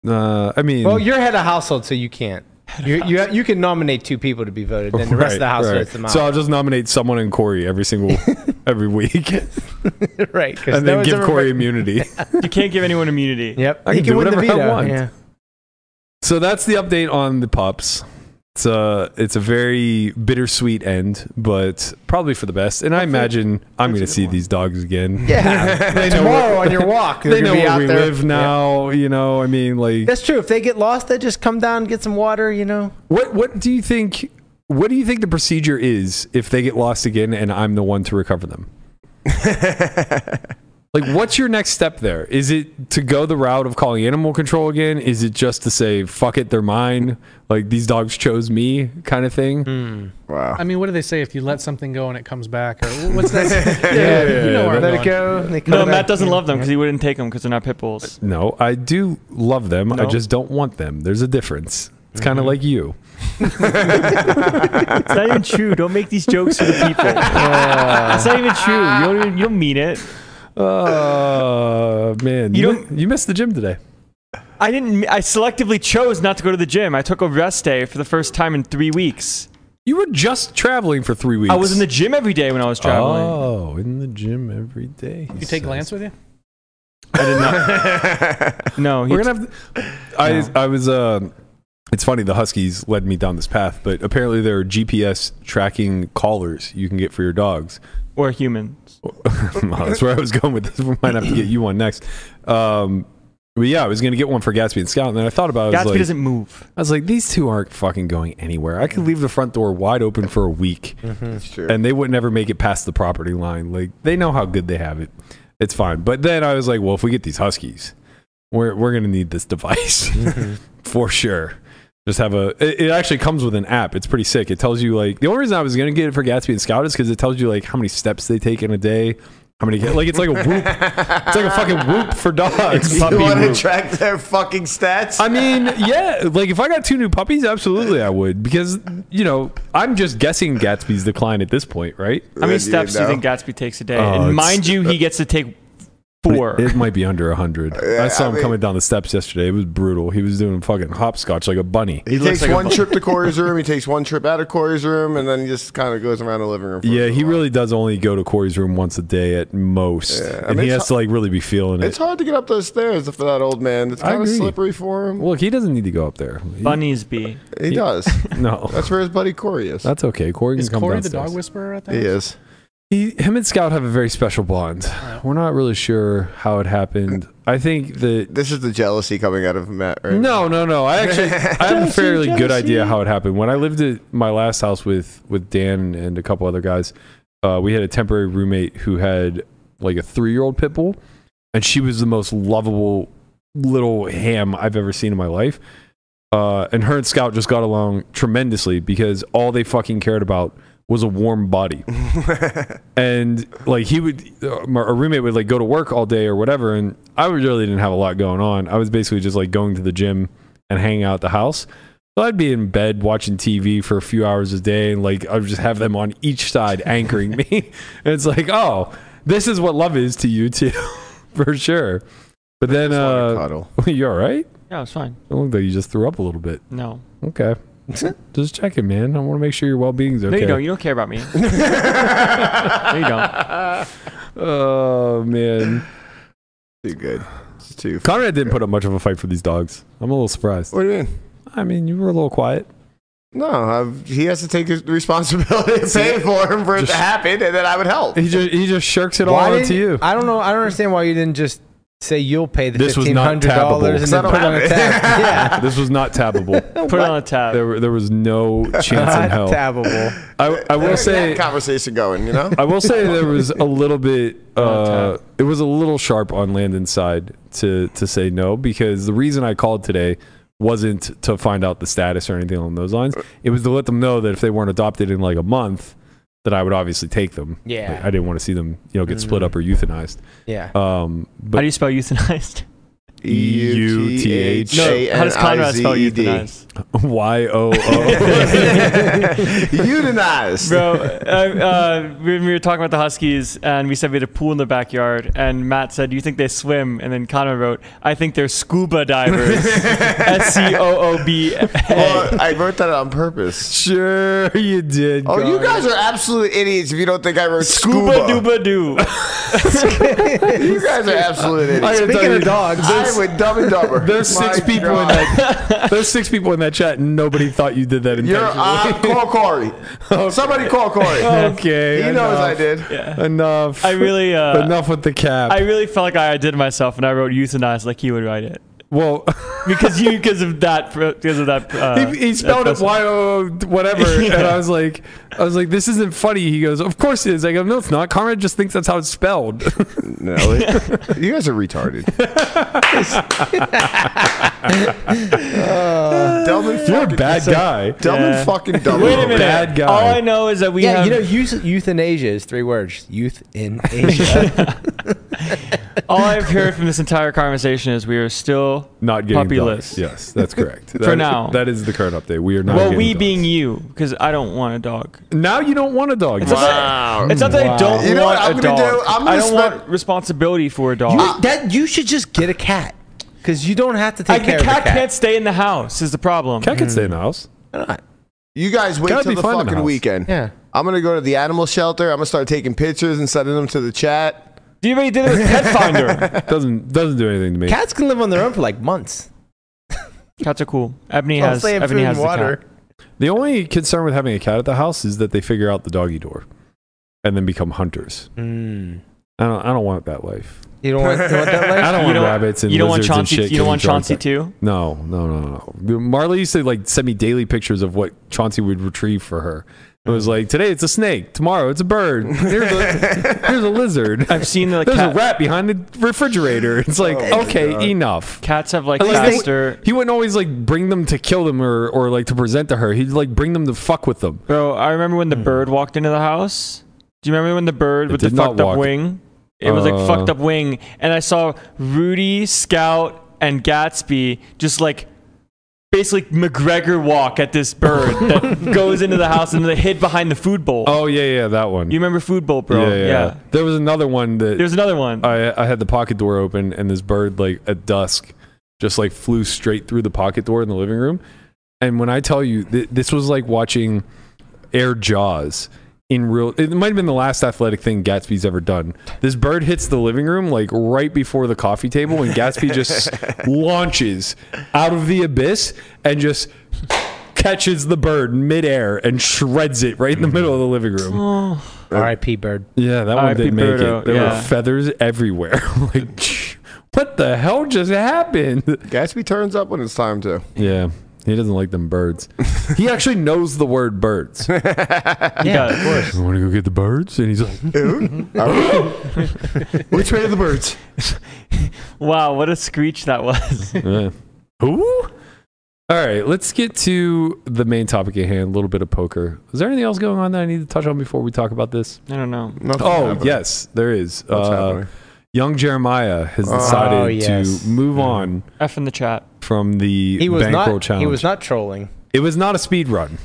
[SPEAKER 5] Uh, I mean,
[SPEAKER 3] Well, you're head of household, so you can't. You, you you can nominate two people to be voted, then the rest
[SPEAKER 5] [laughs]
[SPEAKER 3] of the house votes them out.
[SPEAKER 5] So I'll just nominate someone and Corey
[SPEAKER 3] [laughs]
[SPEAKER 5] every single every week, and
[SPEAKER 3] right, 'cause no
[SPEAKER 5] then
[SPEAKER 3] one's
[SPEAKER 5] give
[SPEAKER 3] ever
[SPEAKER 5] Corey
[SPEAKER 3] voted- [laughs]
[SPEAKER 5] immunity.
[SPEAKER 4] You, can't give anyone immunity.
[SPEAKER 3] Yep,
[SPEAKER 5] I
[SPEAKER 3] he
[SPEAKER 5] can
[SPEAKER 3] can
[SPEAKER 5] do
[SPEAKER 3] win the
[SPEAKER 5] whatever I
[SPEAKER 3] veto.
[SPEAKER 5] want.
[SPEAKER 3] Yeah.
[SPEAKER 5] so that's the update on the pups. It's a it's a very bittersweet end, but probably for the best. And I imagine I'm going to see these dogs
[SPEAKER 3] [laughs]
[SPEAKER 5] again.
[SPEAKER 3] Yeah.
[SPEAKER 5] they know
[SPEAKER 3] Tomorrow
[SPEAKER 5] where-
[SPEAKER 3] on your
[SPEAKER 5] [laughs]
[SPEAKER 3] walk,
[SPEAKER 5] they
[SPEAKER 3] they're
[SPEAKER 5] know
[SPEAKER 3] gonna be
[SPEAKER 5] where
[SPEAKER 3] out
[SPEAKER 5] we
[SPEAKER 3] there.
[SPEAKER 5] live now. You know, I mean, like
[SPEAKER 3] That's true. If they get lost, they just come down, get some water. You know,
[SPEAKER 5] What what do you think what do you think the procedure is if they get lost again and I'm the one to
[SPEAKER 4] [laughs]
[SPEAKER 5] recover them? like what's your next step there? Is it to go the route of calling animal control again? Is it just to say fuck it, they're mine? Like these dogs chose me kind of thing?
[SPEAKER 4] Hmm.
[SPEAKER 2] Wow.
[SPEAKER 6] I mean, what do they say if you let something go and it comes back? Or wh- what's that? yeah, you know where I'm
[SPEAKER 3] let it
[SPEAKER 6] going.
[SPEAKER 3] go. and They come
[SPEAKER 4] No,
[SPEAKER 3] back.
[SPEAKER 4] Matt doesn't love them because he wouldn't take them because they're not pit bulls.
[SPEAKER 5] No, I do love them. I
[SPEAKER 4] No. Mm-hmm.
[SPEAKER 5] just don't want them. There's a difference. It's kind of like you.
[SPEAKER 4] It's not even true. Don't make these jokes for the people. it's not even true. You don't, even- you don't mean it. [laughs]
[SPEAKER 5] Oh man,
[SPEAKER 4] You
[SPEAKER 5] you
[SPEAKER 4] don't-
[SPEAKER 5] mi- you missed the gym today.
[SPEAKER 4] I didn't. I selectively chose not to go to the gym. I took a rest day for the first time in three weeks.
[SPEAKER 5] You were just traveling for three weeks.
[SPEAKER 4] I was in the gym every day when I was traveling.
[SPEAKER 5] Oh, in the gym every day.
[SPEAKER 6] You
[SPEAKER 5] [laughs]
[SPEAKER 6] take Lance with you?
[SPEAKER 4] I did not. [laughs] no, he
[SPEAKER 5] We're gonna have. I I was. um it's funny the Huskies led me down this path, but apparently there are GPS tracking collars you can get for your dogs. [laughs]
[SPEAKER 4] or humans.
[SPEAKER 5] Wow, that's where I was going with this. We might have to get you one next. Um, but yeah, I was gonna get one for Gatsby and Scout, and then I thought about it. I was
[SPEAKER 4] Gatsby
[SPEAKER 5] like,
[SPEAKER 4] doesn't move.
[SPEAKER 5] I was like, these two aren't fucking going anywhere. I could leave the front door wide open for a week,
[SPEAKER 2] Mm-hmm. That's true.
[SPEAKER 5] and they would never make it past the property line. Like they know how good they have it. It's fine. But then I was like, well, if we get these Huskies, we're we're gonna need this [laughs] device
[SPEAKER 2] Mm-hmm.
[SPEAKER 5] [laughs] for sure. Just have a. It, it actually comes with an app. It's pretty sick. It tells you like the only reason I was gonna get it for Gatsby and Scout is because it tells you like how many steps they take in a day. How many? Like it's like a whoop. it's like a fucking whoop for dogs.
[SPEAKER 2] [laughs] [laughs] you want to track their fucking stats?
[SPEAKER 5] I mean, yeah, like if I got two new puppies, absolutely I would because you know I'm just guessing Gatsby's decline at this point, right?
[SPEAKER 4] How many
[SPEAKER 2] You
[SPEAKER 4] steps do you
[SPEAKER 2] know.
[SPEAKER 4] think Gatsby takes a day?
[SPEAKER 5] Oh,
[SPEAKER 4] and
[SPEAKER 5] it's-
[SPEAKER 4] mind you, he gets to take four. [laughs]
[SPEAKER 5] It might be under
[SPEAKER 2] [laughs]
[SPEAKER 5] hundred. I saw
[SPEAKER 2] I
[SPEAKER 5] him
[SPEAKER 2] mean-
[SPEAKER 5] coming down the steps yesterday. It was brutal. He was doing fucking hopscotch like a bunny.
[SPEAKER 2] he
[SPEAKER 4] looks
[SPEAKER 2] takes
[SPEAKER 4] like a
[SPEAKER 2] one
[SPEAKER 4] bu-
[SPEAKER 2] trip to Corey's room, he takes one trip out of Corey's room, and then he just kind of goes around the living room. for a
[SPEAKER 5] Yeah,
[SPEAKER 2] little
[SPEAKER 5] he
[SPEAKER 2] while.
[SPEAKER 5] really does only go to Corey's room once a day at most,
[SPEAKER 2] Yeah, I
[SPEAKER 5] and
[SPEAKER 2] mean,
[SPEAKER 5] he
[SPEAKER 2] it's
[SPEAKER 5] has to like really be feeling
[SPEAKER 2] It's
[SPEAKER 5] it.
[SPEAKER 2] hard to get up those stairs for that old man. It's
[SPEAKER 5] I
[SPEAKER 2] kind of
[SPEAKER 5] agree.
[SPEAKER 2] slippery for him.
[SPEAKER 5] Look, he doesn't need to go up there. He-
[SPEAKER 4] Bunnies be.
[SPEAKER 2] He
[SPEAKER 5] [laughs]
[SPEAKER 2] does.
[SPEAKER 5] no,
[SPEAKER 2] That's where his buddy Corey is.
[SPEAKER 5] that's okay. Corey can
[SPEAKER 6] Is
[SPEAKER 5] come
[SPEAKER 6] Corey the
[SPEAKER 5] downstairs.
[SPEAKER 6] dog whisperer at that?
[SPEAKER 2] He is.
[SPEAKER 5] He, him and Scout have a very special bond. We're not really sure how it happened. I think that
[SPEAKER 2] This is the jealousy coming out of Matt. Right
[SPEAKER 5] No, no, no. I actually I have a fairly good idea how it happened. When I lived at my last house with with Dan and a couple other guys, uh, we had a temporary roommate who had like a three year old pit bull, and she was the most lovable little ham I've ever seen in my life. Uh, and her and Scout just got along tremendously because all they fucking cared about was a warm body and like he would uh, my- a roommate would like go to work all day or whatever and i really didn't have a lot going on i was basically just like going to the gym and hanging out at the house so i'd be in bed watching tv for a few hours a day and like i would just have them on each side [laughs] anchoring me and it's like oh this is what love is to you too [laughs] for sure but then
[SPEAKER 2] now.
[SPEAKER 5] uh
[SPEAKER 2] [laughs]
[SPEAKER 5] [laughs]
[SPEAKER 2] Cuddle.
[SPEAKER 5] you all right
[SPEAKER 4] Yeah, it's fine.
[SPEAKER 5] it looked like you just threw up a little bit
[SPEAKER 4] No.
[SPEAKER 5] okay Just checking, man. I want to make sure your well being's
[SPEAKER 4] No,
[SPEAKER 5] okay.
[SPEAKER 4] you don't. You don't care
[SPEAKER 5] [laughs]
[SPEAKER 4] about me. no,
[SPEAKER 5] Uh,
[SPEAKER 4] you don't.
[SPEAKER 5] oh man,
[SPEAKER 2] [laughs] Too good. It's too.
[SPEAKER 5] Conrad didn't put up much of a fight for these dogs. I'm a little surprised.
[SPEAKER 2] What do you mean?
[SPEAKER 5] I mean, you were a little quiet.
[SPEAKER 2] No, I've, he has to take his responsibility of paying for him for it
[SPEAKER 5] Just-
[SPEAKER 2] to happen, and then I would help.
[SPEAKER 5] He just he just shirks it all
[SPEAKER 3] didn't-
[SPEAKER 5] onto you.
[SPEAKER 3] I don't know. I don't understand why you didn't just say you'll pay the
[SPEAKER 5] This was
[SPEAKER 3] fifteen
[SPEAKER 5] not
[SPEAKER 3] hundred dollars and
[SPEAKER 5] tabbable.
[SPEAKER 3] then
[SPEAKER 2] I
[SPEAKER 3] put it
[SPEAKER 5] [laughs]
[SPEAKER 2] don't
[SPEAKER 3] on a
[SPEAKER 2] have
[SPEAKER 3] tab. yeah,
[SPEAKER 5] [laughs] this was not tabbable.
[SPEAKER 4] Put it on a tab.
[SPEAKER 5] There were- there was no chance in [laughs]
[SPEAKER 3] not
[SPEAKER 2] [laughs]
[SPEAKER 5] hell.
[SPEAKER 3] tabbable.
[SPEAKER 5] I, I will
[SPEAKER 2] There's
[SPEAKER 5] say
[SPEAKER 2] that conversation going. You
[SPEAKER 5] [laughs]
[SPEAKER 2] know,
[SPEAKER 5] I will say there was a little bit. Uh,
[SPEAKER 4] tap.
[SPEAKER 5] it was a little sharp on Landon's side to to say no because the reason I called today wasn't to find out the status or anything along those lines. It was to let them know that if they weren't adopted in like a month, that I would obviously take them.
[SPEAKER 3] Yeah.
[SPEAKER 5] Like, I didn't want to see them, you know, get split up or euthanized.
[SPEAKER 3] Yeah.
[SPEAKER 5] Um,
[SPEAKER 4] How
[SPEAKER 5] but
[SPEAKER 4] do you spell
[SPEAKER 5] [laughs]
[SPEAKER 4] euthanized?
[SPEAKER 5] E E-U-T-H.
[SPEAKER 4] No, how does Conrad spell
[SPEAKER 5] E
[SPEAKER 2] E-U-T-H-A-N-I-Z-E-D.
[SPEAKER 4] euthanized?
[SPEAKER 5] Y O O.
[SPEAKER 2] E. Euthanized.
[SPEAKER 4] Bro, uh, uh, when we were talking about the Huskies, and we said we had a pool in the backyard, and Matt said, "Do you think they swim?" And then Connor wrote, "I think they're scuba
[SPEAKER 5] [laughs]
[SPEAKER 4] divers." S C O O B.
[SPEAKER 2] Well, Oh, I wrote that on purpose.
[SPEAKER 5] [laughs] Sure, you did.
[SPEAKER 2] Oh, you
[SPEAKER 5] Connor.
[SPEAKER 2] guys are absolute idiots if you don't think I wrote scuba.
[SPEAKER 4] Scuba duba doo.
[SPEAKER 2] You guys are absolute
[SPEAKER 5] [laughs]
[SPEAKER 2] idiots.
[SPEAKER 5] gotta tell
[SPEAKER 3] Speaking
[SPEAKER 5] you,
[SPEAKER 3] of dogs,
[SPEAKER 2] I would dumb and dumber.
[SPEAKER 5] [laughs] There's six
[SPEAKER 2] My
[SPEAKER 5] people
[SPEAKER 2] God.
[SPEAKER 5] in that. There's six people in that chat, and nobody thought you did that
[SPEAKER 2] You're
[SPEAKER 5] intentionally. [laughs]
[SPEAKER 2] uh, call Corey. Somebody call Corey.
[SPEAKER 5] okay,
[SPEAKER 2] He knows
[SPEAKER 5] enough.
[SPEAKER 2] I did.
[SPEAKER 4] [laughs]
[SPEAKER 5] Enough.
[SPEAKER 4] I really, uh,
[SPEAKER 5] enough with the cap.
[SPEAKER 4] I really felt like I did myself, and I wrote euthanized like he would write it
[SPEAKER 5] well, [laughs]
[SPEAKER 4] because you because of that because of that. Uh,
[SPEAKER 5] he, he
[SPEAKER 4] that
[SPEAKER 5] spelled it
[SPEAKER 4] person.
[SPEAKER 5] Y O
[SPEAKER 4] [laughs]
[SPEAKER 5] whatever,
[SPEAKER 4] Yeah.
[SPEAKER 5] and I was like, I was like, this isn't funny. He goes, of course it is. I go, no, it's not. Conrad just thinks that's how it's spelled.
[SPEAKER 2] No, it- you guys are retarded. [laughs] dumb and
[SPEAKER 5] [laughs] You're a [laughs]
[SPEAKER 2] fucking-
[SPEAKER 5] bad guy.
[SPEAKER 2] Dumb
[SPEAKER 4] Yeah.
[SPEAKER 2] and
[SPEAKER 5] [laughs]
[SPEAKER 2] fucking dumb.
[SPEAKER 4] Wait a minute.
[SPEAKER 5] Bad guy.
[SPEAKER 4] All I know is that
[SPEAKER 3] [laughs]
[SPEAKER 4] we
[SPEAKER 3] yeah,
[SPEAKER 4] have
[SPEAKER 3] you know, youth, euthanasia is three words. Youth [laughs] in Asia.
[SPEAKER 4] all I've heard from this entire conversation is we are still
[SPEAKER 5] Not getting
[SPEAKER 4] puppy list.
[SPEAKER 5] dogs. Yes,
[SPEAKER 4] [laughs]
[SPEAKER 5] that's correct. For
[SPEAKER 4] now.
[SPEAKER 5] that is the current update. We are not.
[SPEAKER 4] Well,
[SPEAKER 5] getting
[SPEAKER 4] we
[SPEAKER 5] dogs.
[SPEAKER 4] being you, because I don't want a dog.
[SPEAKER 5] now, you don't want a dog. It's
[SPEAKER 4] Wow.
[SPEAKER 2] Wow.
[SPEAKER 4] It's not that I don't
[SPEAKER 2] You know
[SPEAKER 4] want
[SPEAKER 2] what I'm
[SPEAKER 4] a
[SPEAKER 2] gonna
[SPEAKER 4] dog.
[SPEAKER 2] do? I'm gonna
[SPEAKER 4] I do not
[SPEAKER 2] spend-
[SPEAKER 4] want responsibility for a dog.
[SPEAKER 3] you, that you should just get a cat because you don't have to
[SPEAKER 4] I,
[SPEAKER 3] take
[SPEAKER 4] the
[SPEAKER 3] care
[SPEAKER 4] cat,
[SPEAKER 3] of the cat.
[SPEAKER 4] can't stay in the house is the problem.
[SPEAKER 5] Cat can stay
[SPEAKER 4] Mm.
[SPEAKER 5] in the house.
[SPEAKER 2] You guys wait
[SPEAKER 5] Gotta
[SPEAKER 2] till
[SPEAKER 5] be
[SPEAKER 2] the
[SPEAKER 5] fun in the
[SPEAKER 2] fucking
[SPEAKER 5] house.
[SPEAKER 2] weekend.
[SPEAKER 3] Yeah.
[SPEAKER 2] I'm gonna go to the animal shelter. I'm gonna start taking pictures and sending them to the chat.
[SPEAKER 4] Do you already did it with Pet Finder?
[SPEAKER 5] Doesn't doesn't do anything to me.
[SPEAKER 3] Cats can live on their own for like months.
[SPEAKER 4] Cats are cool. Ebony has
[SPEAKER 3] they have
[SPEAKER 4] Ebony
[SPEAKER 3] food
[SPEAKER 4] has
[SPEAKER 3] and water.
[SPEAKER 4] the cat.
[SPEAKER 5] The only concern with having a cat at the house is that they figure out the doggy door, and then become hunters.
[SPEAKER 3] Mm.
[SPEAKER 5] I don't. I don't want that life.
[SPEAKER 3] You don't want, you don't want [laughs] that life?
[SPEAKER 5] I don't
[SPEAKER 4] You
[SPEAKER 5] want
[SPEAKER 4] don't-
[SPEAKER 5] rabbits and
[SPEAKER 4] you don't want
[SPEAKER 5] lizards and
[SPEAKER 4] Chauncey.
[SPEAKER 5] shit
[SPEAKER 4] you don't
[SPEAKER 5] getting
[SPEAKER 4] want
[SPEAKER 5] drunk
[SPEAKER 4] Chauncey
[SPEAKER 5] at-
[SPEAKER 4] too.
[SPEAKER 5] No, no, no, no. Marley used to like send me daily pictures of what Chauncey would retrieve for her. It was like today it's a snake, tomorrow it's a bird, here's a, here's a lizard,
[SPEAKER 4] I've seen the
[SPEAKER 5] there's a
[SPEAKER 4] cat,
[SPEAKER 5] rat behind the refrigerator. It's like okay, enough.
[SPEAKER 4] cats have like
[SPEAKER 5] At least they-
[SPEAKER 4] faster.
[SPEAKER 5] he wouldn't always like bring them to kill them or, or like to present to her. He'd like bring them to fuck with them.
[SPEAKER 4] Bro, I remember when the bird walked into the house. Do you remember when the bird
[SPEAKER 5] Hmm. It
[SPEAKER 4] with the
[SPEAKER 5] did not
[SPEAKER 4] fucked up
[SPEAKER 5] walk.
[SPEAKER 4] wing? It was like
[SPEAKER 5] Uh.
[SPEAKER 4] fucked up wing, and I saw Rudy, Scout, and Gatsby just like basically McGregor walk at this bird
[SPEAKER 5] [laughs]
[SPEAKER 4] that goes into the house and they hid behind the food bowl.
[SPEAKER 5] Oh yeah, yeah, that one.
[SPEAKER 4] You remember food bowl, bro?
[SPEAKER 5] yeah, yeah, yeah. There was another one that
[SPEAKER 4] There's another one.
[SPEAKER 5] I, I had the pocket door open, and this bird, like at dusk, just like flew straight through the pocket door in the living room. And when I tell you, th- this was like watching Air Jaws in real. It might have been the last athletic thing Gatsby's ever done. This bird hits the living room like right before the coffee table, and Gatsby just launches out of the abyss and just catches the bird midair and shreds it right in the middle of the living room.
[SPEAKER 3] R.I.P. Bird.
[SPEAKER 5] Yeah, that one
[SPEAKER 4] R.I.P.
[SPEAKER 5] didn't make
[SPEAKER 4] Birdo,
[SPEAKER 5] it. There
[SPEAKER 4] yeah.
[SPEAKER 5] were feathers everywhere. [laughs] like, what the hell just happened?
[SPEAKER 2] Gatsby turns up when it's time
[SPEAKER 5] [laughs]
[SPEAKER 2] to.
[SPEAKER 5] Yeah, he doesn't like them birds. [laughs] he actually knows the word [laughs] birds. I
[SPEAKER 4] yeah, of course.
[SPEAKER 5] want to go get the birds, and he's like,
[SPEAKER 2] Which way are the birds?
[SPEAKER 4] Wow, what a screech that was.
[SPEAKER 5] [laughs]
[SPEAKER 4] [laughs]
[SPEAKER 5] yeah. who? All right, let's get to the main topic at hand. A little bit of poker. Is there anything else going on that I need to touch on before we talk about this?
[SPEAKER 4] I don't know.
[SPEAKER 2] Nothing
[SPEAKER 5] Oh
[SPEAKER 2] happening.
[SPEAKER 5] yes, there is.
[SPEAKER 2] What's
[SPEAKER 5] Uh,
[SPEAKER 2] happening?
[SPEAKER 5] Young Jeremiah has
[SPEAKER 2] Oh,
[SPEAKER 5] decided
[SPEAKER 3] yes.
[SPEAKER 5] to move on
[SPEAKER 4] F in the chat.
[SPEAKER 5] from the
[SPEAKER 3] He was
[SPEAKER 5] bankroll
[SPEAKER 3] not.
[SPEAKER 5] challenge.
[SPEAKER 3] He was not trolling.
[SPEAKER 5] It was not a speed run.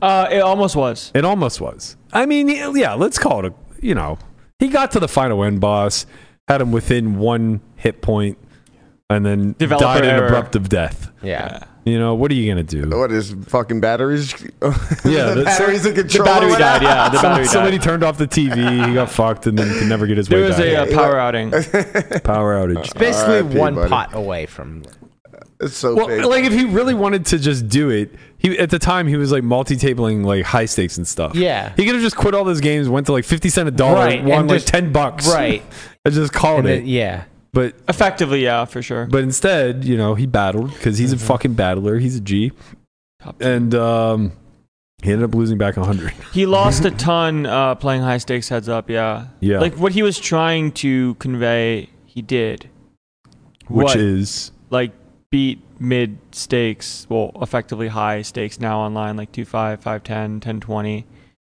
[SPEAKER 4] Uh, it almost was.
[SPEAKER 5] It almost was. I mean, yeah, let's call it a, you know, he got to the final end boss, had him within one hit point, and then
[SPEAKER 4] Developer
[SPEAKER 5] died an
[SPEAKER 4] error.
[SPEAKER 5] abrupt of death.
[SPEAKER 3] Yeah.
[SPEAKER 5] You know, what are you going to do?
[SPEAKER 2] What is fucking batteries? [laughs]
[SPEAKER 5] Yeah,
[SPEAKER 2] the
[SPEAKER 5] that's-
[SPEAKER 2] batteries and
[SPEAKER 4] The
[SPEAKER 2] control.
[SPEAKER 4] battery
[SPEAKER 2] went out.
[SPEAKER 4] died. Yeah,
[SPEAKER 5] [laughs]
[SPEAKER 4] the battery
[SPEAKER 5] Somebody
[SPEAKER 4] died.
[SPEAKER 5] turned off the TV.
[SPEAKER 4] [laughs]
[SPEAKER 5] He got fucked and then could never get his
[SPEAKER 4] There
[SPEAKER 5] way
[SPEAKER 4] was
[SPEAKER 5] back.
[SPEAKER 4] a uh, power outing.
[SPEAKER 5] power outage.
[SPEAKER 3] Basically,
[SPEAKER 2] RIP,
[SPEAKER 3] one
[SPEAKER 2] buddy.
[SPEAKER 3] pot away from.
[SPEAKER 2] It's so
[SPEAKER 5] Well,
[SPEAKER 2] big.
[SPEAKER 5] like if he really wanted to just do it, he at the time he was like multi-tabling like high stakes and stuff.
[SPEAKER 3] Yeah.
[SPEAKER 5] he could have just quit all those games, went to like fifty cent a dollar,
[SPEAKER 3] Right,
[SPEAKER 5] won
[SPEAKER 3] and
[SPEAKER 5] like
[SPEAKER 3] just-
[SPEAKER 5] ten bucks,
[SPEAKER 3] Right.
[SPEAKER 5] [laughs] and just called
[SPEAKER 3] And
[SPEAKER 5] it.
[SPEAKER 3] then, yeah.
[SPEAKER 5] But
[SPEAKER 4] Effectively, yeah, for sure.
[SPEAKER 5] but instead, you know, he battled because he's
[SPEAKER 4] Mm-hmm.
[SPEAKER 5] a fucking battler. He's a G, and um, he ended up losing back hundred. [laughs]
[SPEAKER 4] He lost a ton uh, playing high stakes heads up. Yeah.
[SPEAKER 5] Yeah.
[SPEAKER 4] Like what he was trying to convey, he did.
[SPEAKER 5] which
[SPEAKER 4] What?
[SPEAKER 5] is
[SPEAKER 4] like beat mid stakes, well, effectively high stakes now online, like 2.5, 5.10, 10.20,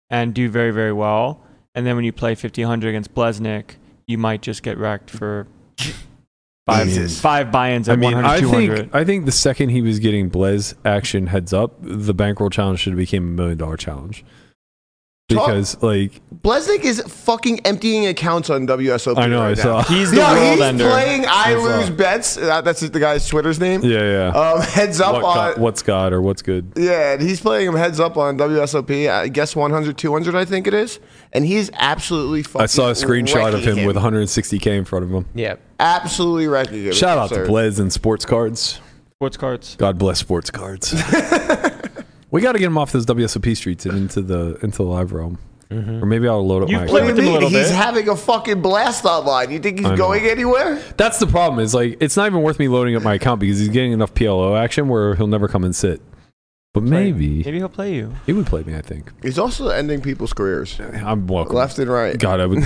[SPEAKER 4] and do very, very well. And then when you play 1500 against Blesnik, you might just get wrecked
[SPEAKER 5] [laughs]
[SPEAKER 4] for five,
[SPEAKER 2] Jesus.
[SPEAKER 4] five buy ins at
[SPEAKER 5] I mean,
[SPEAKER 4] 100,
[SPEAKER 5] I
[SPEAKER 4] 200.
[SPEAKER 5] think I think the second he was getting Blaze action heads up, the bankroll challenge should have became a million dollar challenge.
[SPEAKER 2] Talk-
[SPEAKER 5] Because like
[SPEAKER 2] Blesnik is fucking emptying accounts on WSOP.
[SPEAKER 5] I know,
[SPEAKER 2] right
[SPEAKER 5] I saw.
[SPEAKER 2] now.
[SPEAKER 5] [laughs]
[SPEAKER 4] He's the
[SPEAKER 2] No,
[SPEAKER 4] world
[SPEAKER 2] he's
[SPEAKER 4] ender.
[SPEAKER 2] playing I
[SPEAKER 5] He's, uh,
[SPEAKER 2] Lose Bets. That- That's the guy's Twitter's name.
[SPEAKER 5] Yeah, yeah.
[SPEAKER 2] Um, heads up
[SPEAKER 5] what
[SPEAKER 2] on.
[SPEAKER 5] God, what's God or what's good?
[SPEAKER 2] Yeah, and he's playing him heads up on WSOP. I guess 100, 200, I think it is. And he's absolutely fucking.
[SPEAKER 5] I saw a screenshot of him,
[SPEAKER 2] wrecking
[SPEAKER 5] with 160k in front of him.
[SPEAKER 3] Yeah.
[SPEAKER 2] absolutely wrecking him.
[SPEAKER 5] Shout out to
[SPEAKER 2] Absurd.
[SPEAKER 5] Blez and sports cards.
[SPEAKER 4] Sports cards.
[SPEAKER 5] God bless sports cards. [laughs] we got to get him off those WSOP streets and into the into the live realm, or maybe I'll load up
[SPEAKER 4] You
[SPEAKER 5] my.
[SPEAKER 4] play
[SPEAKER 2] What
[SPEAKER 4] with
[SPEAKER 2] do
[SPEAKER 4] him a
[SPEAKER 2] you mean?
[SPEAKER 4] little
[SPEAKER 2] He's
[SPEAKER 4] bit.
[SPEAKER 2] having a fucking blast online. You think he's
[SPEAKER 5] know.
[SPEAKER 2] going anywhere?
[SPEAKER 5] That's the problem. Is like it's not even worth me loading up my account because he's getting enough PLO action where he'll never come and sit. But maybe
[SPEAKER 4] Maybe he'll play you.
[SPEAKER 5] he would play me. I think
[SPEAKER 2] He's also ending people's careers
[SPEAKER 5] I'm welcome.
[SPEAKER 2] left and right.
[SPEAKER 5] God,
[SPEAKER 2] [laughs]
[SPEAKER 5] I would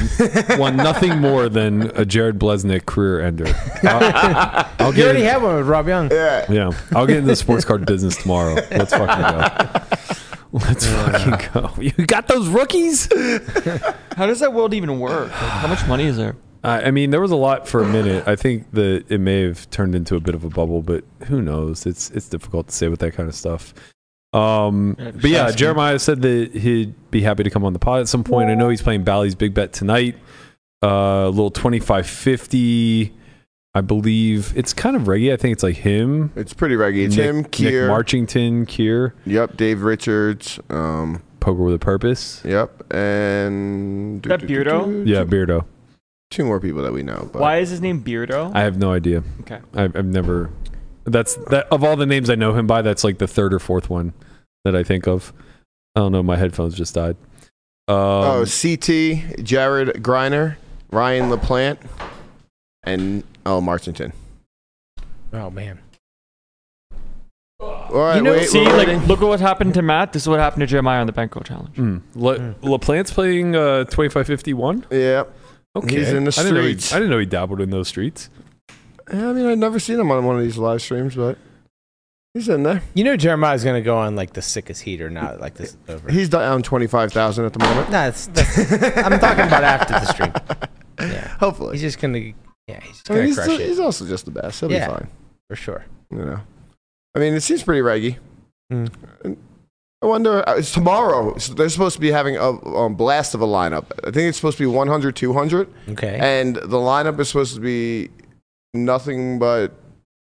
[SPEAKER 5] want nothing more than a Jared Blesnick
[SPEAKER 2] [laughs]
[SPEAKER 5] career ender. I'll, I'll
[SPEAKER 3] You
[SPEAKER 5] get
[SPEAKER 3] already
[SPEAKER 5] in,
[SPEAKER 3] had one with Rob Young.
[SPEAKER 2] Yeah.
[SPEAKER 5] yeah, I'll get into the sports card business tomorrow. Let's fucking go. Let's fucking go. You got those rookies?
[SPEAKER 4] How does that world even work? Like, how much money is there?
[SPEAKER 5] I I mean, there was a lot for a minute. I think that it may have turned into a bit of a bubble, but who knows? It's it's difficult to say with that kind of stuff. Um,
[SPEAKER 4] Yeah,
[SPEAKER 5] but yeah,
[SPEAKER 4] precisely.
[SPEAKER 5] Jeremiah said that he'd be happy to come on the pod at some point. I know he's playing Bally's Big Bet tonight. Uh, a little twenty five fifty, I believe. It's kind of reggae. I think it's like him,
[SPEAKER 2] It's pretty reggae. It's
[SPEAKER 5] Nick,
[SPEAKER 2] him,
[SPEAKER 5] Nick
[SPEAKER 2] Kier.
[SPEAKER 5] Marchington, Kier,
[SPEAKER 2] Yep, Dave Richards. Um,
[SPEAKER 5] Poker with a Purpose.
[SPEAKER 2] yep, and
[SPEAKER 4] That Beardo?
[SPEAKER 5] Yeah, Beardo.
[SPEAKER 2] two more people that we know. But
[SPEAKER 4] Why is his name Beardo?
[SPEAKER 5] I have no idea.
[SPEAKER 4] Okay.
[SPEAKER 5] I've, I've never. That's that of all the names I know him by. That's like the third or fourth one that I think of. I don't know. My headphones just died. Um,
[SPEAKER 2] oh, CT, Jared Griner, Ryan LaPlante, and L. Marchington.
[SPEAKER 3] Oh, man.
[SPEAKER 2] All right,
[SPEAKER 3] You know-
[SPEAKER 2] wait,
[SPEAKER 4] See,
[SPEAKER 2] we're
[SPEAKER 4] like,
[SPEAKER 2] waiting.
[SPEAKER 4] look at what happened to Matt. This is what happened to Jeremiah on the Benko Challenge.
[SPEAKER 5] mm. La,
[SPEAKER 3] Mm.
[SPEAKER 5] LaPlante's playing uh, twenty five fifty one.
[SPEAKER 2] yeah.
[SPEAKER 5] Okay,
[SPEAKER 2] He's in the
[SPEAKER 5] I didn't, know he,
[SPEAKER 2] streets.
[SPEAKER 5] I didn't know he dabbled in those streets.
[SPEAKER 2] Yeah, I mean, I've never seen him on one of these live streams, but he's in there.
[SPEAKER 3] You know Jeremiah's going to go on like the sickest heat or not like this is over.
[SPEAKER 2] He's down twenty five thousand at the moment.
[SPEAKER 3] No, it's, that's, I'm talking about after
[SPEAKER 2] [laughs]
[SPEAKER 3] the
[SPEAKER 5] [laughs]
[SPEAKER 3] stream. Yeah.
[SPEAKER 2] Hopefully,
[SPEAKER 3] He's just going to, yeah, he's just
[SPEAKER 2] I mean,
[SPEAKER 3] going to
[SPEAKER 2] he's,
[SPEAKER 3] crush
[SPEAKER 2] still-
[SPEAKER 3] it
[SPEAKER 2] he's also just the best. He'll
[SPEAKER 3] Yeah.
[SPEAKER 2] be fine.
[SPEAKER 3] for sure.
[SPEAKER 2] You know, I mean, it seems pretty reggy.
[SPEAKER 3] Hmm.
[SPEAKER 2] I wonder, uh, it's tomorrow. So they're supposed to be having a um, blast of a lineup. I think it's supposed to be 100, 200.
[SPEAKER 3] Okay.
[SPEAKER 2] And the lineup is supposed to be nothing but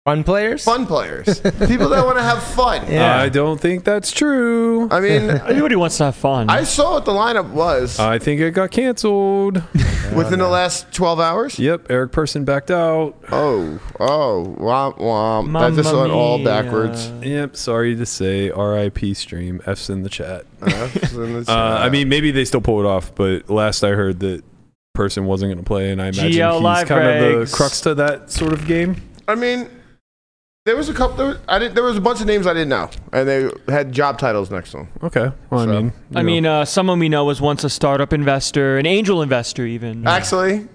[SPEAKER 3] Fun players?
[SPEAKER 2] fun players. People that want to have fun.
[SPEAKER 3] Yeah.
[SPEAKER 5] I don't think that's true.
[SPEAKER 2] I mean,
[SPEAKER 4] Everybody wants to have fun.
[SPEAKER 2] I saw what the lineup was
[SPEAKER 5] I think it got canceled. [laughs]
[SPEAKER 2] within the last 12 hours.
[SPEAKER 5] yep, Eric Person backed out.
[SPEAKER 2] Oh, oh, womp, womp. that just
[SPEAKER 4] Mamma
[SPEAKER 2] went all
[SPEAKER 4] mia.
[SPEAKER 2] backwards.
[SPEAKER 5] Yep, sorry to say, R.I.P. Stream. F's in the chat.
[SPEAKER 2] F's in the
[SPEAKER 5] Uh, I
[SPEAKER 2] chat.
[SPEAKER 5] mean, maybe they still pull it off, but last I heard that person wasn't going to play, and I imagine
[SPEAKER 4] GL
[SPEAKER 5] he's
[SPEAKER 4] live
[SPEAKER 5] kind of
[SPEAKER 4] regs.
[SPEAKER 5] the crux to that sort of game.
[SPEAKER 2] I mean, there was a couple. There was, I did, there was a bunch of names I didn't know, and they had job titles next to them.
[SPEAKER 5] Okay, well, I
[SPEAKER 2] So-
[SPEAKER 5] mean, you
[SPEAKER 4] I
[SPEAKER 5] know.
[SPEAKER 4] mean, uh, someone we know was once a startup investor, an angel
[SPEAKER 2] [laughs]
[SPEAKER 4] investor, even.
[SPEAKER 2] Actually,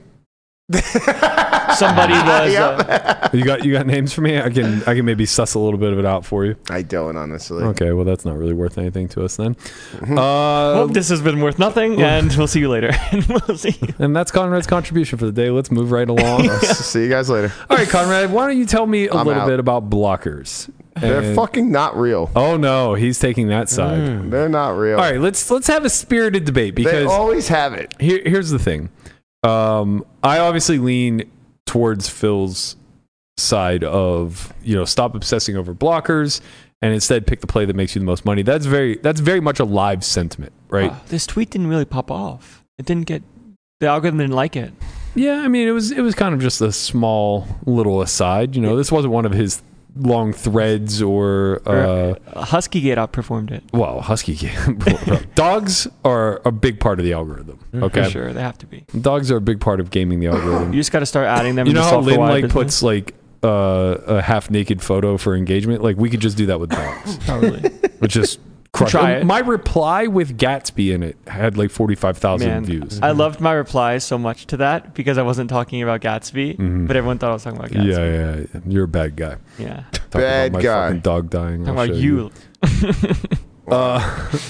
[SPEAKER 4] Somebody was.
[SPEAKER 2] Yep.
[SPEAKER 4] Uh,
[SPEAKER 5] you got you got names for me. I can I can maybe suss a little bit of it out for you.
[SPEAKER 2] I don't honestly.
[SPEAKER 5] Okay, well, that's not really worth anything to us then. Uh,
[SPEAKER 4] hope "Oh, this has been worth nothing, and we'll see you later. [laughs] and we'll see. You.
[SPEAKER 5] and that's Conrad's contribution for the day. Let's move right along.
[SPEAKER 2] [laughs] See you guys
[SPEAKER 5] [laughs]
[SPEAKER 2] later.
[SPEAKER 5] All right, Conrad, why don't you tell me a
[SPEAKER 2] I'm
[SPEAKER 5] little
[SPEAKER 2] out.
[SPEAKER 5] bit about blockers?
[SPEAKER 2] They're
[SPEAKER 5] And-
[SPEAKER 2] fucking not real.
[SPEAKER 5] Oh no, he's taking that side.
[SPEAKER 2] They're not real.
[SPEAKER 5] All right, let's let's have a spirited debate
[SPEAKER 2] Mm. they
[SPEAKER 5] because
[SPEAKER 2] always have
[SPEAKER 5] [laughs]
[SPEAKER 2] it.
[SPEAKER 5] Here, here's the thing. Um, I obviously lean towards Phil's side of you know stop obsessing over blockers and instead pick the play that makes you the most money. That's very that's very much a live sentiment, right?
[SPEAKER 4] Wow, this tweet didn't really pop off. It didn't get the algorithm didn't like it.
[SPEAKER 5] Yeah, I mean it was it was kind of just a small little aside. You know, this wasn't one of his long threads or uh,
[SPEAKER 4] Husky Gate outperformed it.
[SPEAKER 5] well, husky [laughs] dogs are a big part of the algorithm.
[SPEAKER 4] For
[SPEAKER 5] Okay,
[SPEAKER 4] sure, they have to be.
[SPEAKER 5] dogs are a big part of gaming the algorithm.
[SPEAKER 4] You just got to start adding them.
[SPEAKER 5] you
[SPEAKER 4] into
[SPEAKER 5] know how
[SPEAKER 4] Solve for
[SPEAKER 5] Lynn
[SPEAKER 4] Why
[SPEAKER 5] like
[SPEAKER 4] business.
[SPEAKER 5] puts like uh, a half naked photo for engagement. Like we could just do that
[SPEAKER 4] [laughs]
[SPEAKER 5] with dogs,
[SPEAKER 2] [laughs]
[SPEAKER 4] Probably.
[SPEAKER 5] which is crush.
[SPEAKER 4] Try it.
[SPEAKER 5] My reply with Gatsby in it had like forty five thousand
[SPEAKER 4] Man,
[SPEAKER 5] views.
[SPEAKER 4] I loved my replies so much to that because I wasn't talking about Gatsby, but everyone thought I was talking about
[SPEAKER 5] Mm-hmm. yeah,
[SPEAKER 4] Gatsby.
[SPEAKER 5] yeah, yeah, you're a bad guy.
[SPEAKER 4] Yeah.
[SPEAKER 5] Talking
[SPEAKER 2] Bad
[SPEAKER 5] about my
[SPEAKER 2] guy.
[SPEAKER 5] fucking dog dying.
[SPEAKER 4] Talking
[SPEAKER 5] [laughs] I'll
[SPEAKER 4] about
[SPEAKER 5] show
[SPEAKER 4] you. [laughs]
[SPEAKER 5] Uh,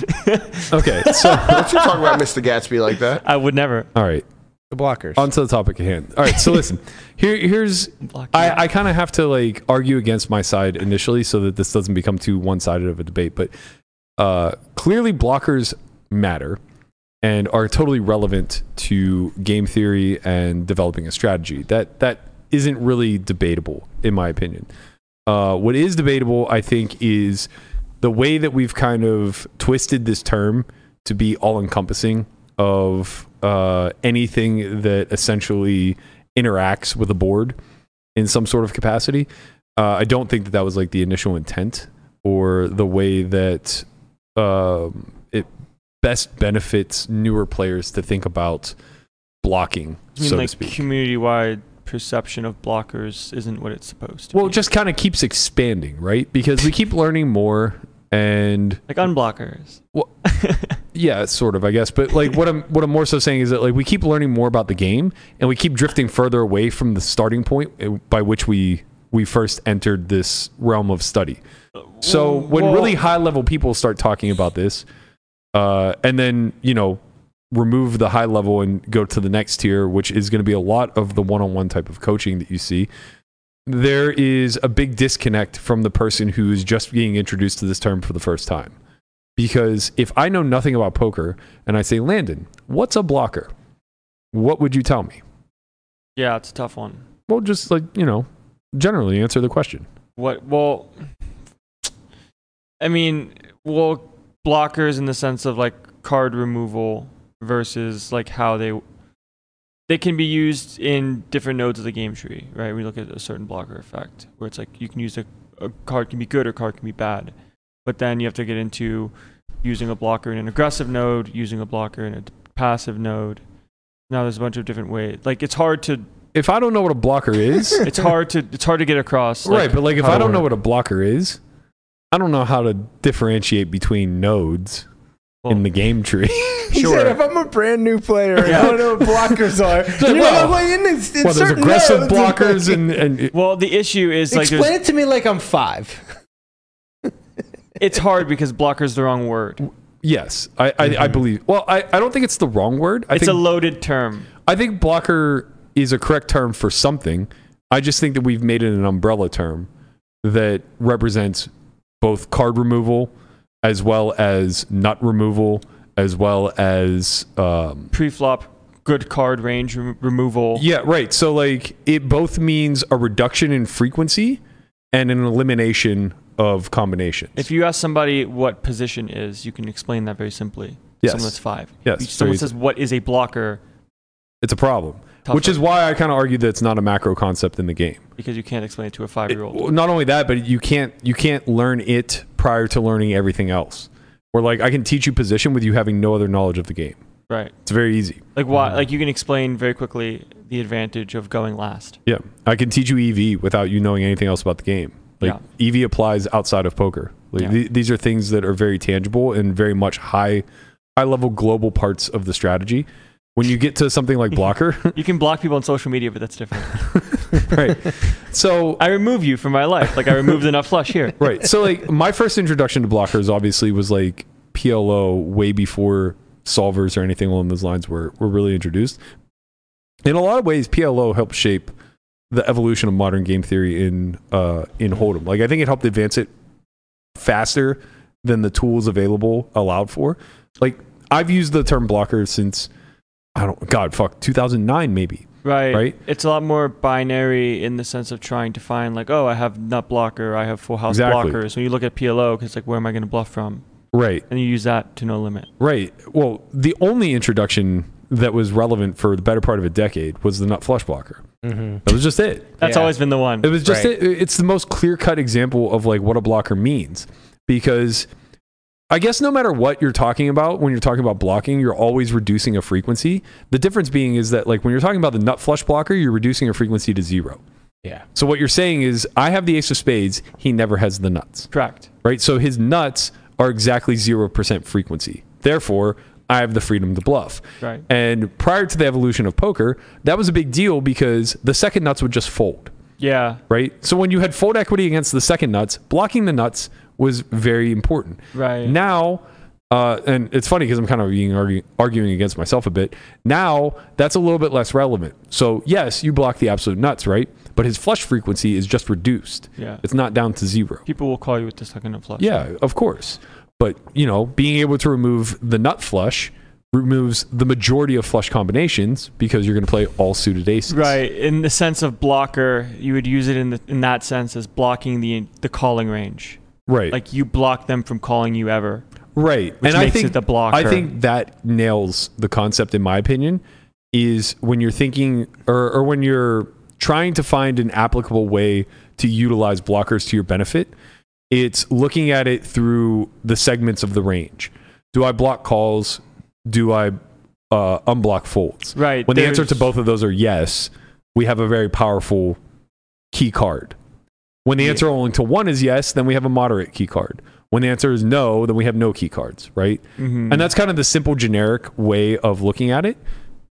[SPEAKER 5] [laughs] okay, so
[SPEAKER 2] Don't you talk about Mr. Gatsby like
[SPEAKER 5] [laughs]
[SPEAKER 2] that.
[SPEAKER 4] I would never
[SPEAKER 5] all right,
[SPEAKER 3] The blockers.
[SPEAKER 5] on to the topic at hand.
[SPEAKER 4] [laughs]
[SPEAKER 5] All right, so listen, here, here's
[SPEAKER 4] block you.
[SPEAKER 5] I, I kind of have to like argue against my side initially so that this doesn't become too one sided of a debate. But uh, clearly, blockers matter and are totally relevant to game theory and developing a strategy. That that isn't really debatable, in my opinion. Uh, what is debatable, I think, is the way that we've kind of twisted this term to be all encompassing of uh, anything that essentially interacts with a board in some sort of capacity. Uh, I don't think that that was like the initial intent or the way that um, it best benefits newer players to think about blocking,
[SPEAKER 4] You mean
[SPEAKER 5] so to
[SPEAKER 4] like
[SPEAKER 5] speak.
[SPEAKER 4] community-wide perception of blockers isn't what it's supposed to
[SPEAKER 5] well, it
[SPEAKER 4] be.
[SPEAKER 5] just kind of keeps expanding, right? Because we keep learning more and
[SPEAKER 4] like unblockers.
[SPEAKER 5] Well- yeah, sort of, I guess. But like what I'm what I'm more so saying is that like we keep learning more about the game and we keep drifting further away from the starting point uh, by which we we first entered this realm of study. So when
[SPEAKER 4] Well-
[SPEAKER 5] really high level people start talking about this, uh, and then you know remove the high level and go to the next tier, which is going to be a lot of the one on one type of coaching that you see. There is a big disconnect from the person who is just being introduced to this term for the first time. Because if I know nothing about poker and I say, Landon, what's a blocker? What would you tell me?
[SPEAKER 4] yeah, it's a tough one.
[SPEAKER 5] Well, just like, you know, generally answer the question.
[SPEAKER 4] What? Well, I mean, well, blockers in the sense of like card removal versus like how they they can be used in different nodes of the game tree, right? We look at a certain blocker effect where it's like you can use a, a card can be good or card can be bad, but then you have to get into using a blocker in an aggressive node, using a blocker in a passive node. Now there's a bunch of different ways. Like it's hard to
[SPEAKER 5] If I don't know what a blocker
[SPEAKER 4] [laughs]
[SPEAKER 5] is, [laughs]
[SPEAKER 4] it's hard to it's hard to get across. like,
[SPEAKER 5] right, but like if
[SPEAKER 4] how
[SPEAKER 5] I
[SPEAKER 4] to
[SPEAKER 5] don't know
[SPEAKER 4] work.
[SPEAKER 5] what a blocker is, I don't know how to differentiate between nodes in
[SPEAKER 4] Well-
[SPEAKER 5] the
[SPEAKER 4] [laughs]
[SPEAKER 5] game tree. [laughs]
[SPEAKER 3] He said, if I'm a brand new player, and I don't know what blockers are.
[SPEAKER 5] [laughs] like,
[SPEAKER 3] you
[SPEAKER 5] well,
[SPEAKER 3] know, like, in, this- in
[SPEAKER 5] well, there's
[SPEAKER 3] certain
[SPEAKER 5] aggressive
[SPEAKER 3] nodes,
[SPEAKER 5] blockers
[SPEAKER 3] like-
[SPEAKER 5] and, and
[SPEAKER 4] Well, the issue is like
[SPEAKER 3] Explain
[SPEAKER 4] there's-
[SPEAKER 3] it to me like I'm five.
[SPEAKER 5] [laughs]
[SPEAKER 3] [laughs]
[SPEAKER 4] it's hard because blocker's the wrong word.
[SPEAKER 5] yes, I, I, I believe. Well, I, I don't think it's the wrong word.
[SPEAKER 4] Mm-hmm.
[SPEAKER 5] I
[SPEAKER 4] It's
[SPEAKER 5] think
[SPEAKER 4] a loaded term.
[SPEAKER 5] I think blocker is a correct term for something. I just think that we've made it an umbrella term that represents both card removal as well as nut removal as well as um,
[SPEAKER 4] Pre-flop, good card range re- removal.
[SPEAKER 5] yeah right so like it both means a reduction in frequency and an elimination of combinations
[SPEAKER 4] If you ask somebody what position is, you can explain that very simply.
[SPEAKER 5] Yes.
[SPEAKER 4] Someone that's five.
[SPEAKER 5] Yes,
[SPEAKER 4] If someone
[SPEAKER 5] very
[SPEAKER 4] says what is a blocker
[SPEAKER 5] it's a problem
[SPEAKER 4] Tough
[SPEAKER 5] which is why i kind of argue that it's not a macro concept in the game
[SPEAKER 4] because you can't explain it to a
[SPEAKER 5] It-
[SPEAKER 4] five-year-old.
[SPEAKER 5] well, not only that, but you can't you can't learn it prior to learning everything else. Or like I can teach you position with you having no other knowledge of the game.
[SPEAKER 4] right.
[SPEAKER 5] It's very easy.
[SPEAKER 4] Like why? Like you can explain very quickly the advantage of going last.
[SPEAKER 5] Yeah, I can teach you EV without you knowing anything else about the game. Like EV applies outside of poker. Like
[SPEAKER 4] Yeah.
[SPEAKER 5] th- these are things that are very tangible and very much high high level global parts of the strategy. When you get to something like blocker, [laughs]
[SPEAKER 4] You can block people on social media, but that's different.
[SPEAKER 5] right? So
[SPEAKER 4] I remove you from my life. Like I removed enough flush here.
[SPEAKER 5] right. So like my first introduction to blockers obviously was like PLO way before solvers or anything along those lines were were really introduced. In a lot of ways, PLO helped shape the evolution of modern game theory in uh, in Hold'em. Like I think it helped advance it faster than the tools available allowed for. Like I've used the term blocker since I don't God fuck 2009 maybe.
[SPEAKER 4] Right.
[SPEAKER 5] Right?
[SPEAKER 4] It's a lot more binary in the sense of trying to find like, oh, I have nut blocker, I have full house
[SPEAKER 5] Exactly.
[SPEAKER 4] blockers. When you look at PLO, 'cause it's like, where am I going to bluff from?
[SPEAKER 5] Right.
[SPEAKER 4] And you use that to no limit.
[SPEAKER 5] Right. Well, the only introduction that was relevant for the better part of a decade was the nut flush blocker. That was just it.
[SPEAKER 4] That's
[SPEAKER 3] Yeah.
[SPEAKER 4] always been the one.
[SPEAKER 5] It was just
[SPEAKER 3] Mm-hmm. Right.
[SPEAKER 5] it, it's the most clear cut example of like what a blocker means because I guess no matter what you're talking about when you're talking about blocking, you're always reducing a frequency. The difference being is that like when you're talking about the nut flush blocker, you're reducing a frequency to zero.
[SPEAKER 3] Yeah.
[SPEAKER 5] So what you're saying is I have the ace of spades, he never has the nuts,
[SPEAKER 4] Correct.
[SPEAKER 5] right? So his nuts are exactly 0% frequency. Therefore, I have the freedom to bluff.
[SPEAKER 4] Right.
[SPEAKER 5] And prior to the evolution of poker, that was a big deal because the second nuts would just fold
[SPEAKER 4] Yeah.
[SPEAKER 5] right? So when you had fold equity against the second nuts, blocking the nuts was very important.
[SPEAKER 4] Right.
[SPEAKER 5] Now, uh, and it's funny because I'm kind of being argu- arguing against myself a bit. Now that's a little bit less relevant. So yes, you block the absolute nuts, right? But his flush frequency is just reduced.
[SPEAKER 4] Yeah.
[SPEAKER 5] It's not down to zero.
[SPEAKER 4] People will call you with the second of flush.
[SPEAKER 5] Yeah, of course. But you know, being able to remove the nut flush removes the majority of flush combinations because you're going to play all suited aces.
[SPEAKER 4] Right. In the sense of blocker, you would use it in the, in that sense as blocking the the calling range.
[SPEAKER 5] Right.
[SPEAKER 4] Like you block them from calling you ever.
[SPEAKER 5] right
[SPEAKER 4] Which
[SPEAKER 5] and
[SPEAKER 4] makes
[SPEAKER 5] i think
[SPEAKER 4] it the blocker.
[SPEAKER 5] i think that nails the concept in my opinion is when you're thinking or, or when you're trying to find an applicable way to utilize blockers to your benefit it's looking at it through the segments of the range do i block calls do i uh, unblock folds
[SPEAKER 4] Right,
[SPEAKER 5] when the answer to
[SPEAKER 4] there's-
[SPEAKER 5] both of those are yes we have a very powerful key card when the answer only to one is yes, then we have a moderate key card. When the answer is no, then we have no key cards, right?
[SPEAKER 4] Mm-hmm.
[SPEAKER 5] And that's kind of the simple generic way of looking at it.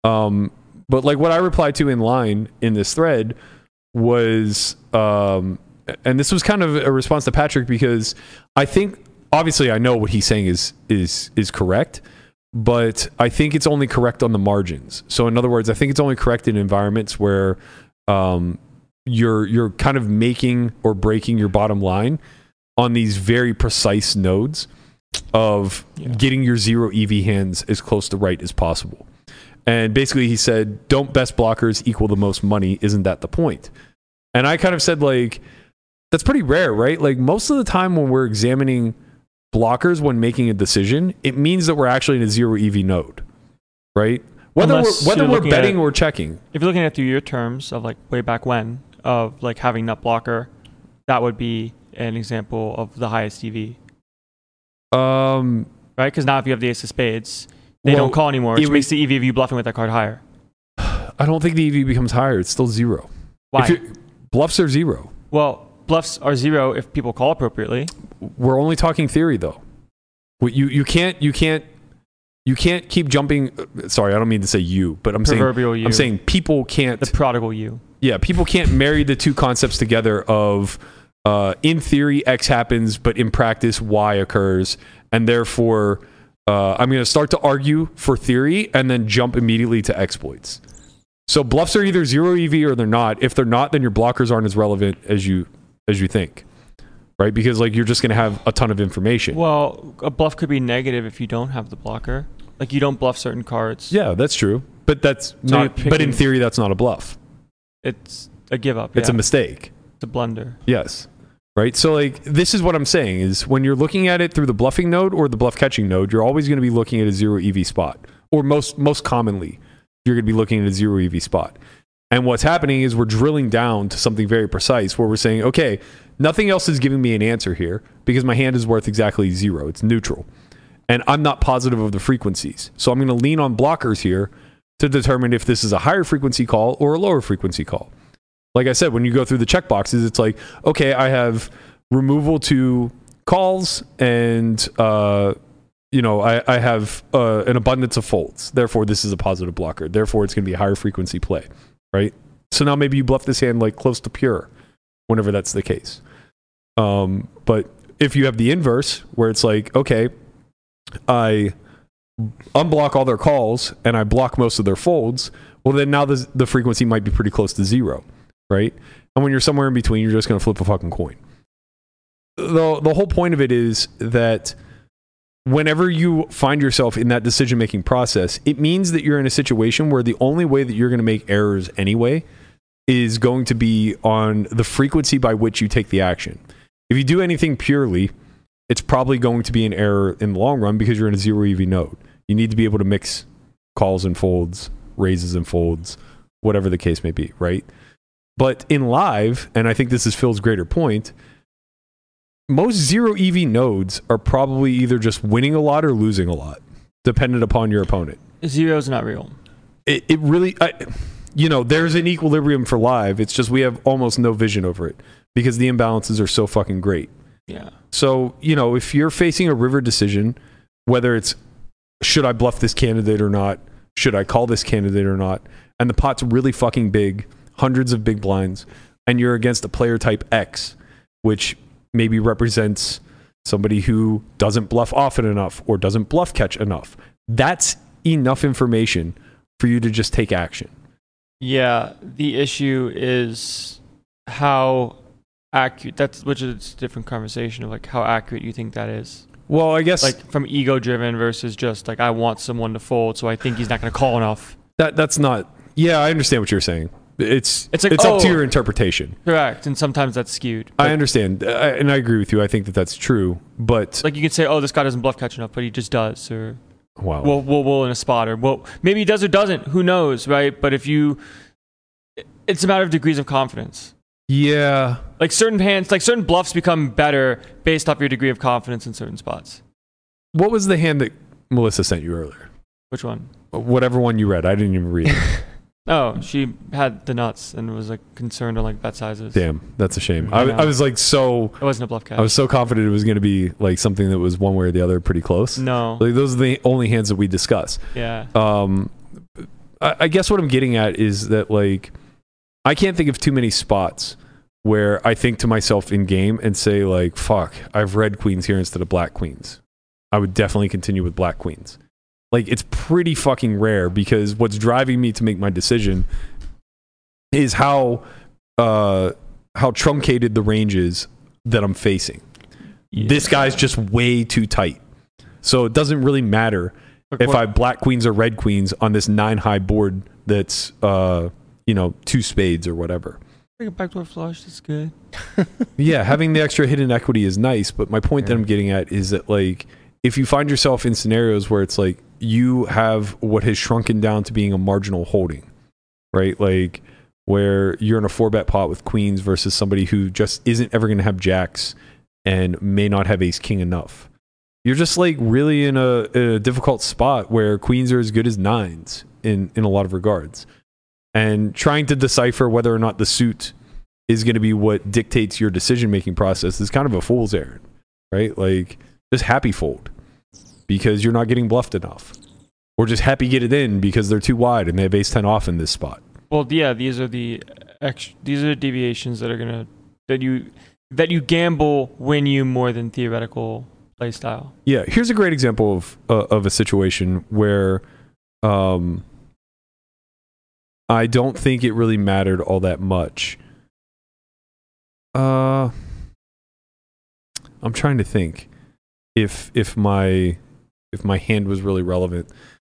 [SPEAKER 5] Um, but like what I replied to in line in this thread was, um, and this was kind of a response to Patrick because I think obviously I know what he's saying is is is correct, but I think it's only correct on the margins. So in other words, I think it's only correct in environments where um, you're you're kind of making or breaking your bottom line on these very precise nodes of getting your zero EV hands as close to right as possible. And basically he said, don't best blockers equal the most money? Isn't that the point? And I kind of said like that's pretty rare, right? Like most of the time when we're examining blockers when making a decision, it means that we're actually in a zero EV node. Right? Whether
[SPEAKER 4] Unless
[SPEAKER 5] we're whether
[SPEAKER 4] you're
[SPEAKER 5] we're
[SPEAKER 4] looking at
[SPEAKER 5] betting
[SPEAKER 4] it-
[SPEAKER 5] or checking.
[SPEAKER 4] If you're looking at through your terms of like way back when of like having nut blocker, that would be an example of the highest E EV,
[SPEAKER 5] Um
[SPEAKER 4] right? Because now if you have the ace of spades, they
[SPEAKER 5] Well,
[SPEAKER 4] don't call anymore,
[SPEAKER 5] it
[SPEAKER 4] which
[SPEAKER 5] would-
[SPEAKER 4] makes the E EV of you bluffing with that card higher.
[SPEAKER 5] I don't think the EV becomes higher. It's still zero.
[SPEAKER 4] Why?
[SPEAKER 5] If you- bluffs are zero.
[SPEAKER 4] well, bluffs are zero if people call appropriately.
[SPEAKER 5] We're only talking theory though. What You you can't you can't you can't keep jumping. uh, Sorry, I don't mean to say you, but I'm
[SPEAKER 4] Proverbial
[SPEAKER 5] saying
[SPEAKER 4] you.
[SPEAKER 5] I'm saying people can't.
[SPEAKER 4] The prodigal you.
[SPEAKER 5] yeah, people can't marry the two concepts together of uh, in theory X happens, but in practice Y occurs, and therefore uh, I'm going to start to argue for theory and then jump immediately to exploits. So bluffs are either zero EV or they're not. If they're not, then your blockers aren't as relevant as you as you think, right? Because like you're just going to have a ton of information.
[SPEAKER 4] Well, a bluff could be negative if you don't have the blocker. Like you don't bluff certain cards.
[SPEAKER 5] yeah, that's true. But that's
[SPEAKER 4] you're
[SPEAKER 5] not. But in
[SPEAKER 4] picking-
[SPEAKER 5] theory, that's not a bluff.
[SPEAKER 4] It's a give up.
[SPEAKER 5] It's a
[SPEAKER 4] yeah.
[SPEAKER 5] mistake.
[SPEAKER 4] It's a blunder.
[SPEAKER 5] Yes. Right. So like this is what I'm saying is when you're looking at it through the bluffing node or the bluff catching node, you're always going to be looking at a zero EV spot. Or most most commonly, you're going to be looking at a zero EV spot. And what's happening is we're drilling down to something very precise where we're saying, okay, nothing else is giving me an answer here because my hand is worth exactly zero. It's neutral. And I'm not positive of the frequencies. So I'm going to lean on blockers here to determine if this is a higher frequency call or a lower frequency call like I said, when you go through the check boxes, it's like, okay, I have removal to calls and, uh, you know, I, I have uh, an abundance of folds. Therefore, this is a positive blocker. Therefore, it's going to be a higher frequency play, right? So now maybe you bluff this hand like close to pure whenever that's the case. Um, but if you have the inverse, where it's like, okay, I unblock all their calls and I block most of their folds, well, then now the, the frequency might be pretty close to zero, right? And when you're somewhere in between, you're just going to flip a fucking coin. The, the whole point of it is that whenever you find yourself in that decision making process, it means that you're in a situation where the only way that you're going to make errors anyway is going to be on the frequency by which you take the action. If you do anything purely, it's probably going to be an error in the long run because you're in a zero EV node. You need to be able to mix calls and folds, raises and folds, whatever the case may be, right? But in live, and I think this is Phil's greater point, most zero EV nodes are probably either just winning a lot or losing a lot, dependent upon your opponent.
[SPEAKER 4] Zero's not real.
[SPEAKER 5] It, it really, I, you know, there's an equilibrium for live. It's just we have almost no vision over it because the imbalances are so fucking great.
[SPEAKER 4] Yeah.
[SPEAKER 5] So, you know, if you're facing a river decision, whether it's should I bluff this candidate or not, should I call this candidate or not, and the pot's really fucking big, hundreds of big blinds, and you're against a player type X, which maybe represents somebody who doesn't bluff often enough or doesn't bluff catch enough. That's enough information for you to just take action.
[SPEAKER 4] Yeah, the issue is how accurate. That's which is a different conversation of like how accurate you think that is.
[SPEAKER 5] Well, I guess
[SPEAKER 4] Like from ego driven versus just like I want someone to fold, so I think he's not going to call enough.
[SPEAKER 5] that that's not. Yeah, I understand what you're saying. It's it's,
[SPEAKER 4] It's like,
[SPEAKER 5] up to
[SPEAKER 4] oh.
[SPEAKER 5] your interpretation.
[SPEAKER 4] Correct, and sometimes that's skewed.
[SPEAKER 5] I understand, I, and I agree with you. I think that that's true. But
[SPEAKER 4] Like you could say, oh, this guy doesn't bluff catch enough, but he just does, or
[SPEAKER 5] wow,
[SPEAKER 4] well, well, well, in a spot, or well, maybe he does or doesn't. Who knows, right? But if you, it's a matter of degrees of confidence.
[SPEAKER 5] yeah,
[SPEAKER 4] Like certain hands, like certain bluffs become better based off your degree of confidence in certain spots.
[SPEAKER 5] What was the hand that Melissa sent you earlier?
[SPEAKER 4] Which one?
[SPEAKER 5] Whatever one you read, I didn't even
[SPEAKER 4] [laughs]
[SPEAKER 5] read. it.
[SPEAKER 4] Oh, she had the nuts and was like concerned on like bet sizes.
[SPEAKER 5] Damn, that's a shame. I,
[SPEAKER 4] Yeah.
[SPEAKER 5] I was like so,
[SPEAKER 4] It wasn't a bluff catch.
[SPEAKER 5] I was so confident it was going to be like something that was one way or the other, pretty close.
[SPEAKER 4] no.
[SPEAKER 5] Like those are the only hands that we discuss.
[SPEAKER 4] yeah.
[SPEAKER 5] Um, I, I guess what I'm getting at is that like I can't think of too many spots where I think to myself in game and say like, "Fuck, I've red queens here instead of black queens." I would definitely continue with black queens. Like it's pretty fucking rare because what's driving me to make my decision is how uh, how truncated the range is that I'm facing. This guy's just way too tight, so it doesn't really matter
[SPEAKER 4] Like,
[SPEAKER 5] if
[SPEAKER 4] what-
[SPEAKER 5] I have black queens or red queens on this nine high board that's uh you know two spades or whatever.
[SPEAKER 4] Like a backdoor flush, that's good.
[SPEAKER 5] Yeah, having the extra hidden equity is nice, but my point that I'm getting at is that like if you find yourself in scenarios where it's like you have what has shrunken down to being a marginal holding, right? Like where you're in a four bet pot with queens versus somebody who just isn't ever going to have jacks and may not have ace king enough. You're just like really in a, a difficult spot where queens are as good as nines in in a lot of regards. And trying to decipher whether or not the suit is going to be what dictates your decision making process is kind of a fool's errand, right? Like just happy fold because you're not getting bluffed enough, or just happy get it in because they're too wide and they have ace ten off in this spot.
[SPEAKER 4] Well, yeah, these are the ex- these are deviations that are gonna that you that you gamble win you more than theoretical play style.
[SPEAKER 5] Yeah, here's a great example of uh, of a situation where um I don't think it really mattered all that much. Uh I'm trying to think if if my if my hand was really relevant.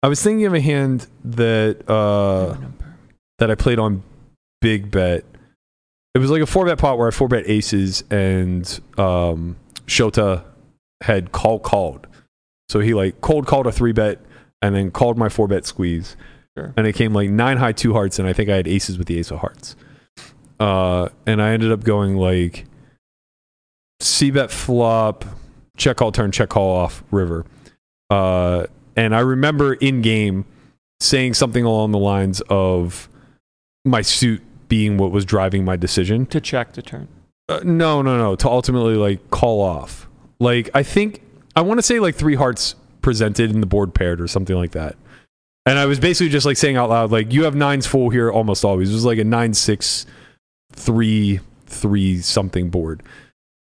[SPEAKER 5] I was thinking of a hand that uh that I played on Big Bet. It was like a four bet pot where I four bet aces and um Shota had call called. So he like cold called a three bet and then called my four bet squeeze.
[SPEAKER 4] Sure.
[SPEAKER 5] And it came like nine high two hearts and I think I had aces with the ace of hearts. Uh and I ended up going like C bet flop, check call turn, check call off river. Uh and I remember in game saying something along the lines of my suit being what was driving my decision.
[SPEAKER 4] to check the turn.
[SPEAKER 5] Uh, no, no, no. To ultimately like call off. Like I think I want to say like three hearts presented and the board paired or something like that. And I was basically just like saying out loud like you have nines full here almost always. It was like a nine six three three something board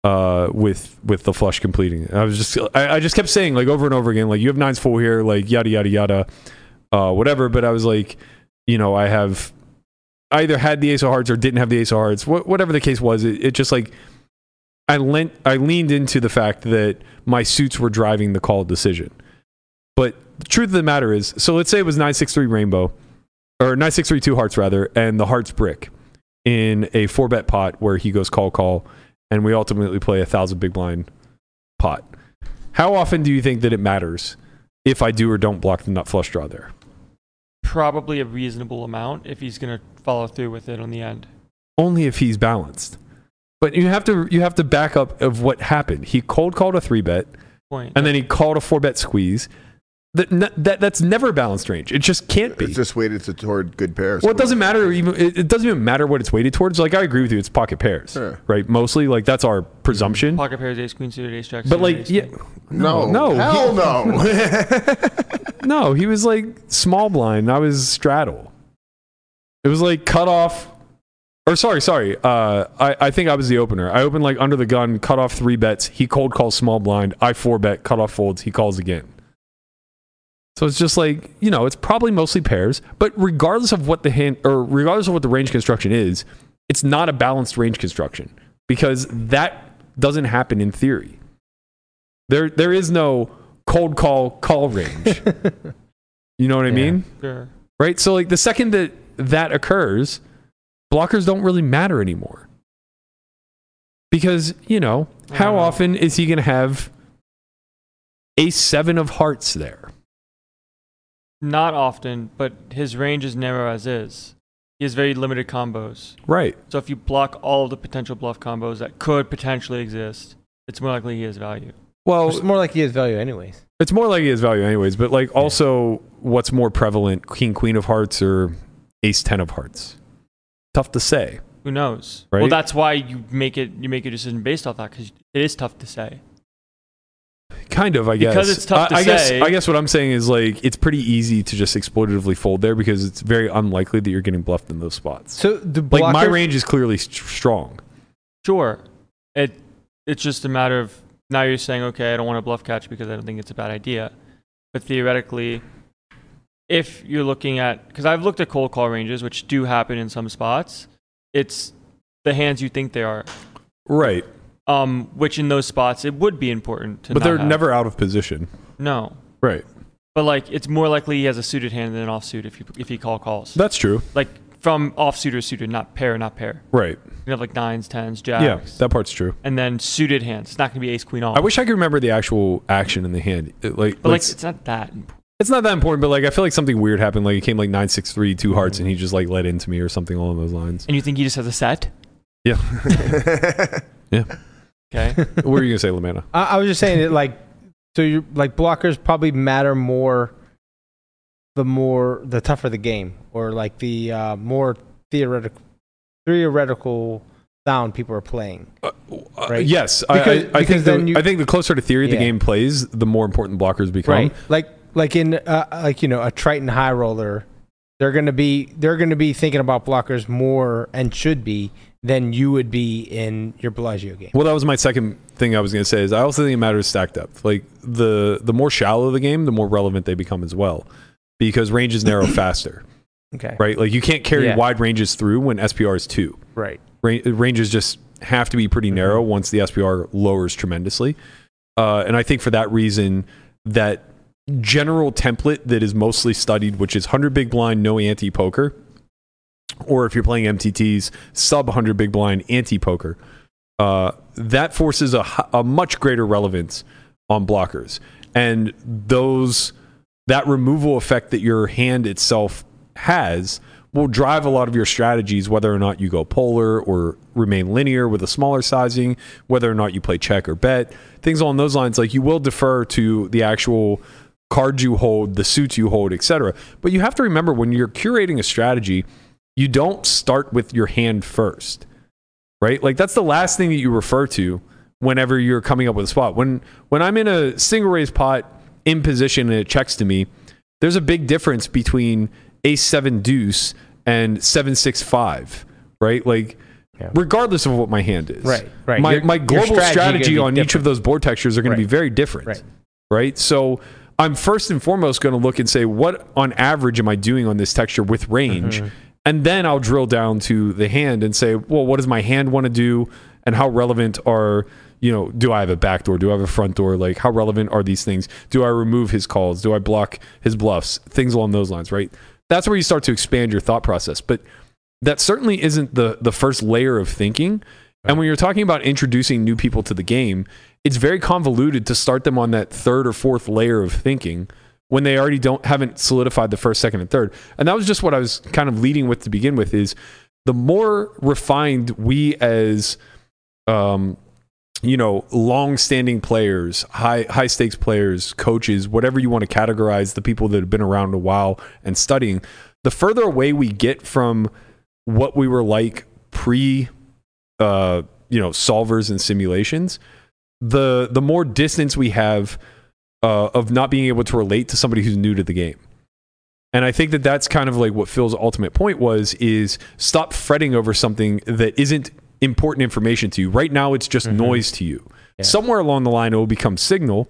[SPEAKER 5] uh with with the flush completing. And I was just I, I just kept saying like over and over again like you have nines full here like yada yada yada uh whatever. But I was like you know I have I either had the ace of hearts or didn't have the ace of hearts, wh- whatever the case was. It, it just like I lent I leaned into the fact that my suits were driving the call decision. But the truth of the matter is, so let's say it was 963 Rainbow or 9632 Hearts rather and the Hearts brick in a four bet pot where he goes call call and we ultimately play a thousand big blind pot. How often do you think that it matters if I do or don't block the nut flush draw there?
[SPEAKER 4] Probably a reasonable amount if he's going to follow through with it on the end.
[SPEAKER 5] only if he's balanced. But you have to you have to back up of what happened. He cold called a three bet,
[SPEAKER 4] Point.
[SPEAKER 5] and then he called a four bet squeeze. That, that that's never a balanced range. It just can't be.
[SPEAKER 7] It's just weighted to toward good pairs.
[SPEAKER 5] well, it doesn't matter. Even it, it doesn't even matter what it's weighted towards. Like I agree with you. It's pocket pairs,
[SPEAKER 7] Sure.
[SPEAKER 5] right? Mostly, like that's our presumption.
[SPEAKER 4] pocket pairs, ace queen suited, ace jack.
[SPEAKER 5] But
[SPEAKER 4] suited,
[SPEAKER 5] like,
[SPEAKER 4] ace
[SPEAKER 5] yeah,
[SPEAKER 4] king.
[SPEAKER 7] No,
[SPEAKER 5] No,
[SPEAKER 7] hell no.
[SPEAKER 5] [laughs] no, he was like small blind. I was straddle. It was like cut off. Or sorry, sorry. Uh, I, I think I was the opener. I opened like under the gun, cut off three bets. He cold calls small blind. I four bet, cut off folds. He calls again. So it's just like you know, it's probably mostly pairs. But regardless of what the hand or regardless of what the range construction is, it's not a balanced range construction because that doesn't happen in theory. There, there is no cold call call range. you know what I
[SPEAKER 3] Yeah.
[SPEAKER 5] mean?
[SPEAKER 4] Sure.
[SPEAKER 5] right? So like the second that that occurs, blockers don't really matter anymore. Because, you know, how
[SPEAKER 4] Yeah.
[SPEAKER 5] often is he going to have a 7 of hearts there?
[SPEAKER 4] Not often, but his range is narrow as is. He has very limited combos.
[SPEAKER 5] Right.
[SPEAKER 4] So if you block all of the potential bluff combos that could potentially exist, it's more likely he has value.
[SPEAKER 5] Well,
[SPEAKER 3] It's more like he has value, anyways.
[SPEAKER 5] it's more like his value anyways, but like also what's more prevalent, king queen of hearts or ace 10 of hearts? Tough to say.
[SPEAKER 4] Who knows?
[SPEAKER 5] Right.
[SPEAKER 4] Well, that's why you make it. You make your decision based off that because it is tough to say.
[SPEAKER 5] Kind of, I guess.
[SPEAKER 4] Because it's tough
[SPEAKER 5] I,
[SPEAKER 4] to
[SPEAKER 5] I guess,
[SPEAKER 4] say.
[SPEAKER 5] I guess what I'm saying is like it's pretty easy to just exploitatively fold there because it's very unlikely that you're getting bluffed in those spots.
[SPEAKER 3] So the blockers,
[SPEAKER 5] like my range is clearly st- strong.
[SPEAKER 4] Sure, it it's just a matter of now you're saying okay, I don't want to bluff catch because I don't think it's a bad idea. But theoretically, if you're looking at because I've looked at cold call ranges, which do happen in some spots, it's the hands you think they are.
[SPEAKER 5] Right.
[SPEAKER 4] Um, which in those spots it would be important to.
[SPEAKER 5] But
[SPEAKER 4] not
[SPEAKER 5] they're
[SPEAKER 4] have.
[SPEAKER 5] never out of position.
[SPEAKER 4] no.
[SPEAKER 5] Right.
[SPEAKER 4] But like it's more likely he has a suited hand than an offsuit if you if he call calls.
[SPEAKER 5] That's true.
[SPEAKER 4] like from offsuit or suited, not pair, not pair.
[SPEAKER 5] Right.
[SPEAKER 4] You have like nines, tens,
[SPEAKER 5] Yeah.
[SPEAKER 4] jacks,
[SPEAKER 5] That part's true.
[SPEAKER 4] and then suited hands. It's not going to be ace queen off.
[SPEAKER 5] I wish I could remember the actual action in the hand. It, like,
[SPEAKER 4] but like
[SPEAKER 5] it's,
[SPEAKER 4] it's not that. important.
[SPEAKER 5] it's not that important, but like I feel like something weird happened. Like it came like nine six three two hearts, and he just like led into me or something along those lines.
[SPEAKER 4] And you think he just has a
[SPEAKER 5] [laughs]
[SPEAKER 4] set?
[SPEAKER 5] Yeah.
[SPEAKER 3] [laughs]
[SPEAKER 4] Okay.
[SPEAKER 5] what were you gonna say, Lamanna?
[SPEAKER 3] I, I was just saying that, like, so you like blockers probably matter more. The more the tougher the game, or like the uh, more theoretical, theoretical sound people are playing.
[SPEAKER 5] Uh, uh,
[SPEAKER 3] Right.
[SPEAKER 5] Yes, I-
[SPEAKER 3] Because-
[SPEAKER 5] I, I,
[SPEAKER 3] because
[SPEAKER 5] think
[SPEAKER 3] then
[SPEAKER 5] the,
[SPEAKER 3] you-
[SPEAKER 5] I think the closer to theory the
[SPEAKER 3] Yeah.
[SPEAKER 5] game plays, the more important blockers become.
[SPEAKER 3] right like like in uh, like you know a triton high roller they're gonna be they're gonna be thinking about blockers more and should be than you would be in your bellagio game
[SPEAKER 5] Well, that was my second thing I was going to say is I also think it matters stack depth. Like the the more shallow the game, the more relevant they become as well, because ranges
[SPEAKER 3] [coughs]
[SPEAKER 5] narrow faster,
[SPEAKER 3] okay
[SPEAKER 5] right? Like you can't carry
[SPEAKER 3] Yeah.
[SPEAKER 5] wide ranges through when SPR is two.
[SPEAKER 3] right
[SPEAKER 5] Ra- uh, ranges just have to be pretty narrow once the SPR lowers tremendously. Uh, and I think for that reason, that general template that is mostly studied, which is 100 big blind, no anti poker, or if you're playing MTTs, sub 100 big blind, anti poker, uh, that forces a, hi- a much greater relevance on blockers. And those that removal effect that your hand itself has will drive a lot of your strategies, whether or not you go polar or remain linear with a smaller sizing, whether or not you play check or bet, things along those lines. Like you will defer to the actual cards you hold, the suits you hold, etc. But you have to remember when you're curating a strategy, you don't start with your hand first right? Like that's the last thing that you refer to whenever you're coming up with a spot. When when I'm in a single raise pot in position and it checks to me, there's a big difference between ace seven deuce and seven six five, right? Like
[SPEAKER 3] Yeah.
[SPEAKER 5] regardless of what my hand is.
[SPEAKER 3] Right, right.
[SPEAKER 5] My
[SPEAKER 3] Your-
[SPEAKER 5] my
[SPEAKER 3] your
[SPEAKER 5] global
[SPEAKER 3] strategy
[SPEAKER 5] strategy
[SPEAKER 3] gonna
[SPEAKER 5] on
[SPEAKER 3] be
[SPEAKER 5] each of those board textures are going
[SPEAKER 3] Right.
[SPEAKER 5] to be very different.
[SPEAKER 3] Right.
[SPEAKER 5] Right? So I'm first and foremost going to look and say what on average am I doing on this texture with
[SPEAKER 3] Mm-hmm.
[SPEAKER 5] range? And then I'll drill down to the hand and say, well, what does my hand want to do? and how relevant are you know do i have a back door do i have a front door like how relevant are these things do i remove his calls do i block his bluffs things along those lines right that's where you start to expand your thought process but that certainly isn't the the first layer of thinking and when you're talking about introducing new people to the game it's very convoluted to start them on that third or fourth layer of thinking when they already don't haven't solidified the first second and third and that was just what i was kind of leading with to begin with is the more refined we as um you know long-standing players high high stakes players coaches whatever you want to categorize the people that have been around a while and studying the further away we get from what we were like pre uh you know solvers and simulations the the more distance we have uh, of not being able to relate to somebody who's new to the game and i think that that's kind of like what phil's ultimate point was is stop fretting over something that isn't important information to you right now it's just noise to you somewhere along the line it will become signal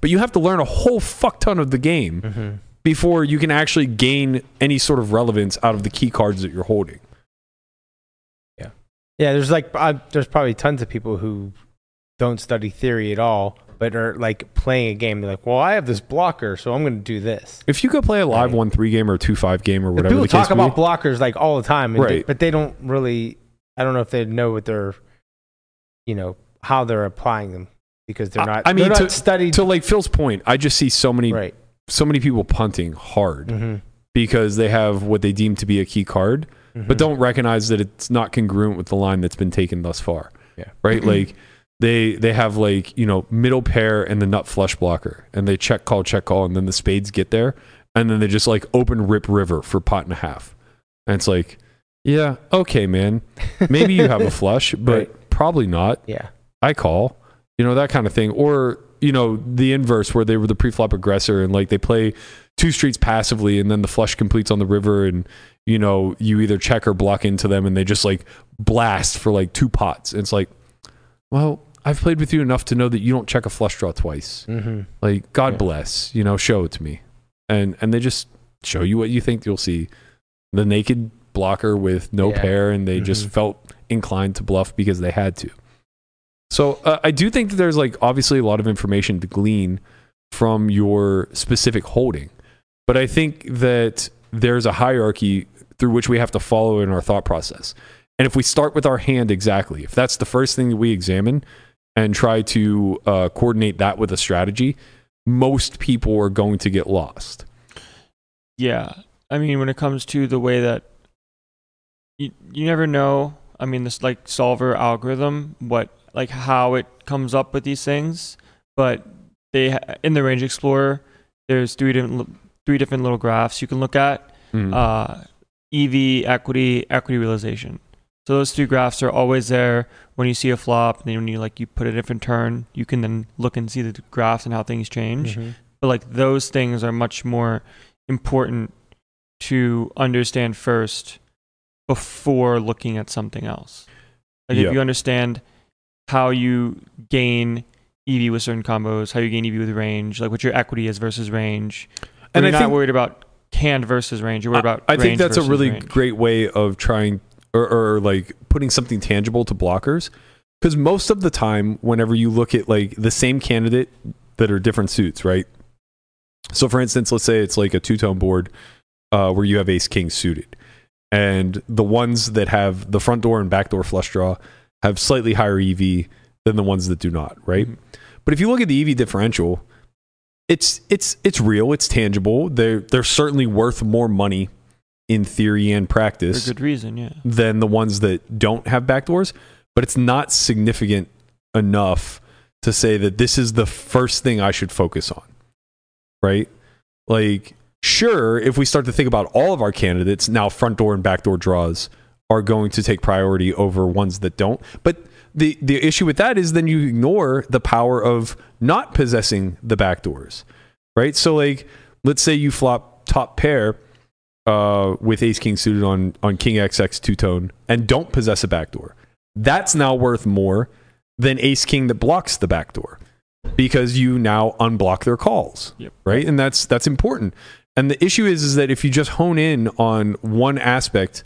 [SPEAKER 5] but you have to learn a whole fuck ton of the game
[SPEAKER 3] Mm-hmm.
[SPEAKER 5] before you can actually gain any sort of relevance out of the key cards that you're holding
[SPEAKER 3] Yeah, there's like I, there's probably tons of people who don't study theory at all, but are like playing a game. They're like, well, I have this blocker, so I'm going to do this.
[SPEAKER 5] if you go play a live one three game or two five game or
[SPEAKER 3] But
[SPEAKER 5] whatever
[SPEAKER 3] people
[SPEAKER 5] the
[SPEAKER 3] talk
[SPEAKER 5] case may be-
[SPEAKER 3] about blockers like all the time, and they-
[SPEAKER 5] Right.
[SPEAKER 3] but they don't really. I don't know if they know what they're, you know, how they're applying them because they're
[SPEAKER 5] I-
[SPEAKER 3] not.
[SPEAKER 5] I mean,
[SPEAKER 3] they're
[SPEAKER 5] to,
[SPEAKER 3] not studied
[SPEAKER 5] to like Phil's point, I just see so many
[SPEAKER 3] right.
[SPEAKER 5] so many people punting hard
[SPEAKER 3] Mm-hmm.
[SPEAKER 5] because they have what they deem to be a key card, but don't recognize that it's not congruent with the line that's been taken thus far.
[SPEAKER 3] Yeah.
[SPEAKER 5] Right. like they they have like you know middle pair and the nut flush blocker, and they check call check call, and then the spades get there, and then they just like open rip river for pot and a half, and it's like, yeah, okay, man, maybe you have a flush, but probably not.
[SPEAKER 3] yeah.
[SPEAKER 5] I call, you know, that kind of thing. Or, you know, the inverse where they were the preflop aggressor and like they play two streets passively and then the flush completes on the river and, you know, you either check or block into them and they just like blast for like two pots. And it's like, well, I've played with you enough to know that you don't check a flush draw twice.
[SPEAKER 3] Mm-hmm.
[SPEAKER 5] Like, God
[SPEAKER 4] Yeah.
[SPEAKER 5] bless, you know, show it to me. And and they just show you what you think you'll see. The naked blocker with no
[SPEAKER 3] Yeah.
[SPEAKER 5] pair and they just
[SPEAKER 3] Mhm.
[SPEAKER 5] felt inclined to bluff because they had to. So uh, I do think that there's like obviously a lot of information to glean from your specific holding, but I think that there's a hierarchy through which we have to follow in our thought process. And if we start with our hand exactly, if that's the first thing that we examine and try to uh, coordinate that with a strategy, most people are going to get lost.
[SPEAKER 4] Yeah. I mean, when it comes to the way that you, you never know, I mean, this like solver algorithm, what, like how it comes up with these things, but they, ha- in the range explorer, there's three different, li- three different little graphs you can look at.
[SPEAKER 5] Mm-hmm.
[SPEAKER 4] uh, EV, equity, equity realization. So those three graphs are always there when you see a flop. And then when you like you put a different turn, you can then look and see the graphs and how things
[SPEAKER 3] Mm-hmm.
[SPEAKER 4] change. But like those things are much more important to understand first before looking at something else. Like
[SPEAKER 5] Yeah.
[SPEAKER 4] if you understand how you gain EV with certain combos, how you gain EV with range, like what your equity is versus range. And
[SPEAKER 5] And I
[SPEAKER 4] you're not
[SPEAKER 5] think-
[SPEAKER 4] worried about hand versus range. You're worried about.
[SPEAKER 5] I, I think
[SPEAKER 4] range
[SPEAKER 5] that's a
[SPEAKER 4] versus
[SPEAKER 5] really
[SPEAKER 4] range.
[SPEAKER 5] great way of trying or, or like putting something tangible to blockers because most of the time whenever you look at like the same candidate that are different suits right so for instance let's say it's like a two-tone board uh, where you have ace king suited and the ones that have the front door and back door flush draw have slightly higher ev than the ones that do not right but if you look at the ev differential it's it's it's real it's tangible they're they're certainly worth more money in theory and
[SPEAKER 4] For
[SPEAKER 5] practice
[SPEAKER 4] good reason, yeah.
[SPEAKER 5] than the ones that don't have backdoors, but it's not significant enough to say that this is the first thing I should focus on. Right? Like, sure, if we start to think about all of our candidates, now front door and backdoor draws are going to take priority over ones that don't. But the, the issue with that is then you ignore the power of not possessing the backdoors. Right? So like let's say you flop top pair uh, with ace king suited on on king xx two tone and don't possess a backdoor that's now worth more than ace king that blocks the backdoor because you now unblock their calls
[SPEAKER 4] Yep.
[SPEAKER 5] right and that's that's important and the issue is is that if you just hone in on one aspect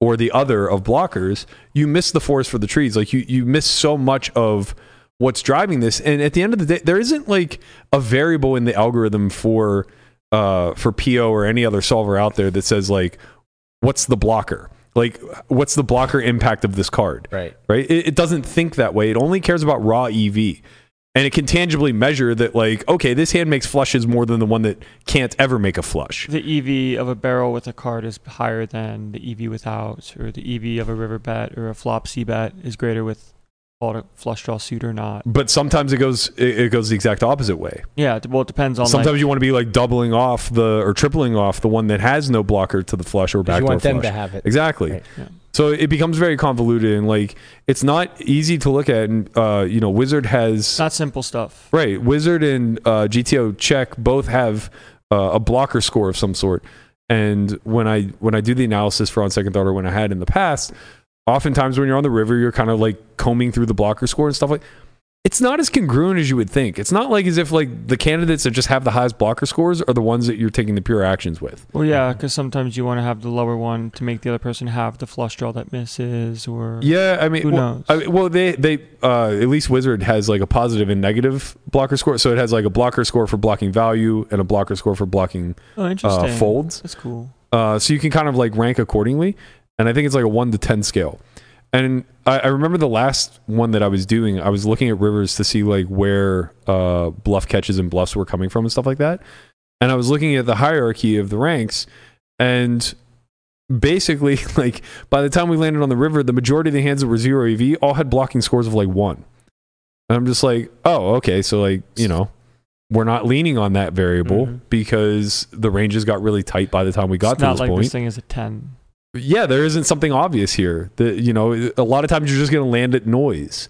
[SPEAKER 5] or the other of blockers, you miss the forest for the trees. Like you, you miss so much of what's driving this. And at the end of the day, there isn't like a variable in the algorithm for uh, for PO or any other solver out there that says like, what's the blocker? Like, what's the blocker impact of this card?
[SPEAKER 3] Right.
[SPEAKER 5] Right. It, it doesn't think that way. It only cares about raw EV. And it can tangibly measure that, like, okay, this hand makes flushes more than the one that can't ever make a flush.
[SPEAKER 4] The EV of a barrel with a card is higher than the EV without, or the EV of a river bet or a flop C bet is greater with all the flush draw suit or not.
[SPEAKER 5] But sometimes it goes, it, it goes the exact opposite way.
[SPEAKER 4] Yeah, it- well, it depends on.
[SPEAKER 5] Sometimes
[SPEAKER 4] like,
[SPEAKER 5] you want to be like doubling off the or tripling off the one that has no blocker to the flush or backdoor
[SPEAKER 3] you want them
[SPEAKER 5] flush.
[SPEAKER 3] to have it.
[SPEAKER 5] Exactly.
[SPEAKER 3] Right.
[SPEAKER 4] Yeah.
[SPEAKER 5] So it becomes very convoluted and like it's not easy to look at. And uh, you know, Wizard has
[SPEAKER 4] it's not simple stuff.
[SPEAKER 5] right. Wizard and uh, GTO check both have uh, a blocker score of some sort. And when I when I do the analysis for on second thought or when I had in the past, oftentimes when you're on the river, you're kind of like combing through the blocker score and stuff like. It's not as congruent as you would think. It's not like as if like the candidates that just have the highest blocker scores are the ones that you're taking the pure actions with.
[SPEAKER 4] Well, yeah, because sometimes you want to have the lower one to make the other person have the flush draw that misses, or
[SPEAKER 5] Yeah, I mean,
[SPEAKER 4] Who
[SPEAKER 5] well,
[SPEAKER 4] knows?
[SPEAKER 5] I mean, well, they they uh, at least Wizard has like a positive and negative blocker score, so it has like a blocker score for blocking value and a blocker score for blocking uh,
[SPEAKER 4] oh, interesting
[SPEAKER 5] folds.
[SPEAKER 4] That's cool.
[SPEAKER 5] uh, so you can kind of like rank accordingly. And I think it's like a one to ten scale. And I, I remember the last one that I was doing, I was looking at rivers to see like where uh, bluff catches and bluffs were coming from and stuff like that. And I was looking at the hierarchy of the ranks, and basically, [laughs] like by the time we landed on the river, the majority of the hands that were zero EV all had blocking scores of like one. And I'm just like, oh, okay, so like you know, we're not leaning on that variable
[SPEAKER 4] Mhm.
[SPEAKER 5] because the ranges got really tight by the time we got
[SPEAKER 4] it's
[SPEAKER 5] to
[SPEAKER 4] not
[SPEAKER 5] this
[SPEAKER 4] like
[SPEAKER 5] point
[SPEAKER 4] this thing is a ten.
[SPEAKER 5] yeah, there isn't something obvious here. That you know, a lot of times you're just gonna land at noise.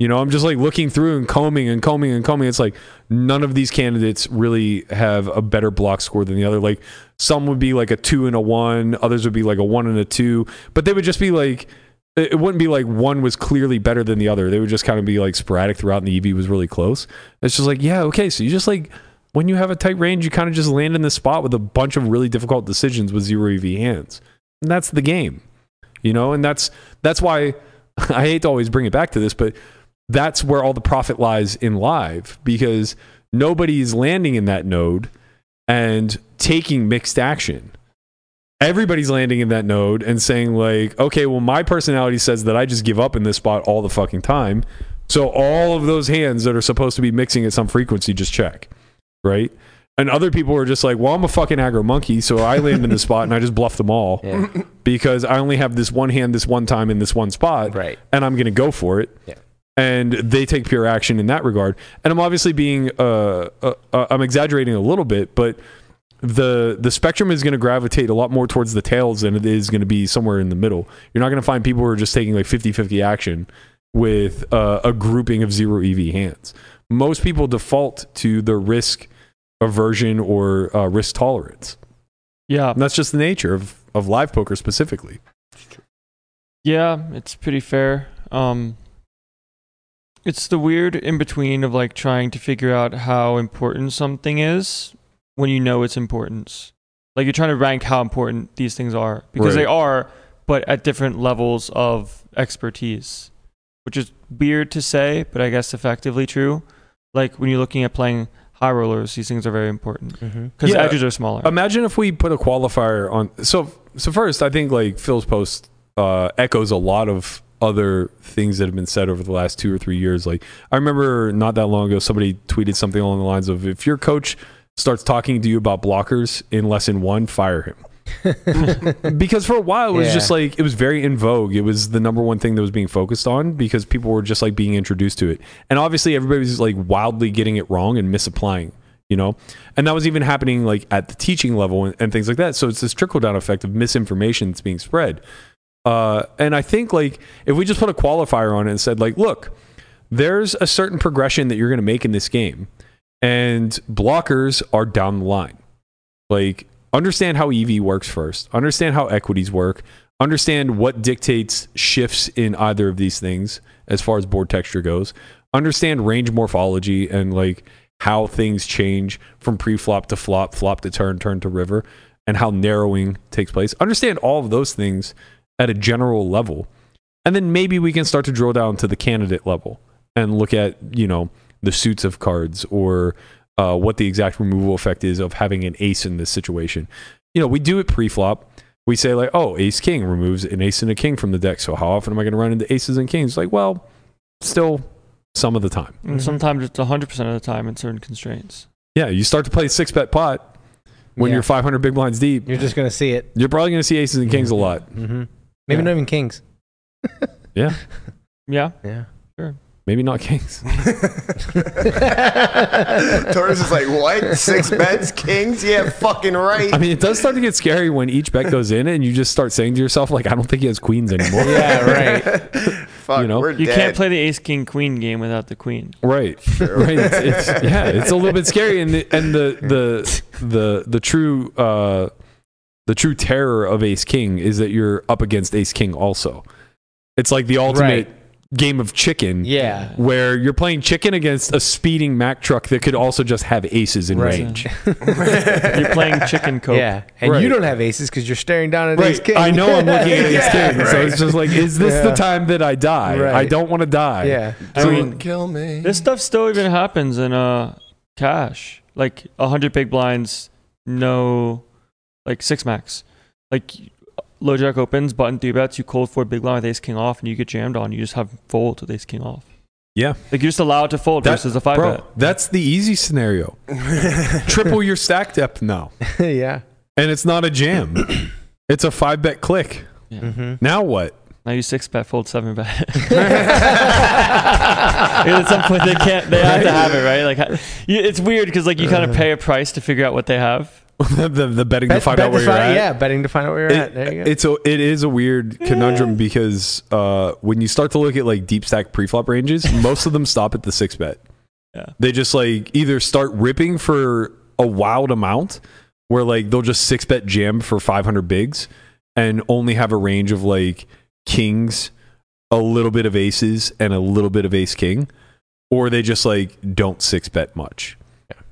[SPEAKER 5] You know, I'm just like looking through and combing and combing and combing. It's like none of these candidates really have a better block score than the other. Like some would be like a two and a one, others would be like a one and a two, but they would just be like it it wouldn't be like one was clearly better than the other. They would just kind of be like sporadic throughout, and the EV was really close. It's just like, yeah, okay, so you just like when you have a tight range, you kind of just land in this spot with a bunch of really difficult decisions with zero EV hands and that's the game you know and that's that's why [laughs] i hate to always bring it back to this but that's where all the profit lies in live because nobody's landing in that node and taking mixed action everybody's landing in that node and saying like okay well my personality says that i just give up in this spot all the fucking time so all of those hands that are supposed to be mixing at some frequency just check right and other people are just like well i'm a fucking aggro monkey so i land in this spot and i just bluff them all
[SPEAKER 3] Yeah.
[SPEAKER 5] because I only have this one hand this one time in this one spot,
[SPEAKER 3] Right.
[SPEAKER 5] and I'm going to go for it.
[SPEAKER 3] Yeah.
[SPEAKER 5] And they take pure action in that regard. And I'm obviously being, uh, uh, uh, I'm exaggerating a little bit, but the the spectrum is going to gravitate a lot more towards the tails than it is going to be somewhere in the middle. You're not going to find people who are just taking like 50 50 action with uh, a grouping of zero EV hands. Most people default to the risk aversion or uh, risk tolerance.
[SPEAKER 4] Yeah,
[SPEAKER 5] And that's just the nature of, of live poker specifically.
[SPEAKER 4] Yeah, it's pretty fair. Um it's the weird in between of like trying to figure out how important something is when you know its importance. Like you're trying to rank how important these things are because they
[SPEAKER 5] Right.
[SPEAKER 4] are but at different levels of expertise, which is weird to say, but I guess effectively true. Like when you're looking at playing high rollers, these things are very important
[SPEAKER 3] Mm-hmm.
[SPEAKER 4] because
[SPEAKER 5] Yeah. Um,
[SPEAKER 4] edges are smaller.
[SPEAKER 5] Imagine if we put a qualifier on. So so first, I think like Phil's post uh, echoes a lot of other things that have been said over the last two or three years. Like I remember not that long ago, somebody tweeted something along the lines of, "If your coach starts talking to you about blockers in lesson one, fire him." because for a while it was
[SPEAKER 3] Yeah.
[SPEAKER 5] just like it was very in vogue. It was the number one thing that was being focused on because people were just like being introduced to it. And obviously everybody was like wildly getting it wrong and misapplying, you know? And that was even happening like at the teaching level and, and things like that. So it's this trickle down effect of misinformation that's being spread. Uh, and I think like if we just put a qualifier on it and said like, look, there's a certain progression that you're going to make in this game, and blockers are down the line. Like understand how EV works first, understand how equities work, understand what dictates shifts in either of these things as far as board texture goes, understand range morphology and like how things change from pre-flop to flop, flop to turn, turn to river, and how narrowing takes place. Understand all of those things at a general level. And then maybe we can start to drill down to the candidate level and look at, you know, the suits of cards or uh, what the exact removal effect is of having an ace in this situation. You know, we do it pre-flop. We say like, oh, ace king removes an ace and a king from the deck. So how often am I going to run into aces and kings? Like, well, still some of the time.
[SPEAKER 4] And sometimes it's 100% of the time in certain constraints.
[SPEAKER 5] Yeah, you start to play six bet pot when
[SPEAKER 3] Yeah.
[SPEAKER 5] you're 500 big blinds deep.
[SPEAKER 3] You're just gonna see it.
[SPEAKER 5] You're probably going to see aces and kings a lot.
[SPEAKER 3] Mm-hmm. Maybe
[SPEAKER 5] Yeah.
[SPEAKER 3] not even kings.
[SPEAKER 5] Yeah.
[SPEAKER 4] Yeah.
[SPEAKER 3] Yeah.
[SPEAKER 5] Maybe not kings.
[SPEAKER 2] [laughs]
[SPEAKER 5] [laughs]
[SPEAKER 2] Torres is like, what? Six bets, kings? Yeah, fucking right.
[SPEAKER 5] I mean, it does start to get scary when each bet goes in and you just start saying to yourself, like, I don't think he has queens
[SPEAKER 3] [laughs] [laughs]
[SPEAKER 5] anymore.
[SPEAKER 3] Yeah. Right.
[SPEAKER 2] [laughs] Fuck,
[SPEAKER 5] you know,
[SPEAKER 2] we're
[SPEAKER 4] You
[SPEAKER 2] dead.
[SPEAKER 4] can't play the ace king queen game without the queen.
[SPEAKER 5] Right. Right. It's, it's, yeah, it's a little bit scary and the and the the the, the true uh the true terror of ace king is that you're up against ace king also. It's like the ultimate game of chicken.
[SPEAKER 3] yeah.
[SPEAKER 5] where you're playing chicken against a speeding Mack truck that could also just have aces in
[SPEAKER 3] Right. [laughs]
[SPEAKER 5] range.
[SPEAKER 4] You're playing chicken cope.
[SPEAKER 3] Yeah. And
[SPEAKER 5] Right.
[SPEAKER 3] you don't have aces because you're staring down at ace king.
[SPEAKER 5] I know I'm looking [laughs] at ace
[SPEAKER 3] [laughs]
[SPEAKER 2] Yeah,
[SPEAKER 5] king, so it's just like, is this the
[SPEAKER 3] Yeah.
[SPEAKER 5] time that I die? I
[SPEAKER 3] Right.
[SPEAKER 5] don't want to die.
[SPEAKER 3] yeah. [laughs]
[SPEAKER 4] I mean,
[SPEAKER 2] kill me.
[SPEAKER 4] this stuff still even happens in uh cash. Like 100 big blinds, no, like six max. Like low jack opens, button three bets, you cold four big blind with ace king off, and you get jammed on. You just have fold with ace king off.
[SPEAKER 5] Yeah.
[SPEAKER 4] Like you're just allowed to fold
[SPEAKER 5] That-
[SPEAKER 4] versus a five
[SPEAKER 5] bro,
[SPEAKER 4] bet.
[SPEAKER 5] that's the easy scenario. [laughs] Triple your stack depth now,
[SPEAKER 3] yeah.
[SPEAKER 5] and it's not a jam. it's a five bet click.
[SPEAKER 4] Yeah.
[SPEAKER 3] Mm-hmm.
[SPEAKER 5] Now what? [laughs]
[SPEAKER 4] Now you six bet, fold seven bet. [laughs] at some point they can't, they have to have it, right? Like ha- you, it's weird because like you kind
[SPEAKER 5] Uh-huh.
[SPEAKER 4] of pay a price to figure out what they have.
[SPEAKER 5] the, the, the betting to find out where you're at.
[SPEAKER 3] Yeah, betting to find out where you're at.
[SPEAKER 5] It-
[SPEAKER 3] There you go.
[SPEAKER 5] it's a it is a weird conundrum because uh, when you start to look at like deep stack preflop ranges, [laughs] most of them stop at the six bet.
[SPEAKER 4] Yeah.
[SPEAKER 5] They just like either start ripping for a wild amount, where like they'll just six bet jam for five hundred bigs, and only have a range of like kings, a little bit of aces, and a little bit of ace king, or they just like don't six bet much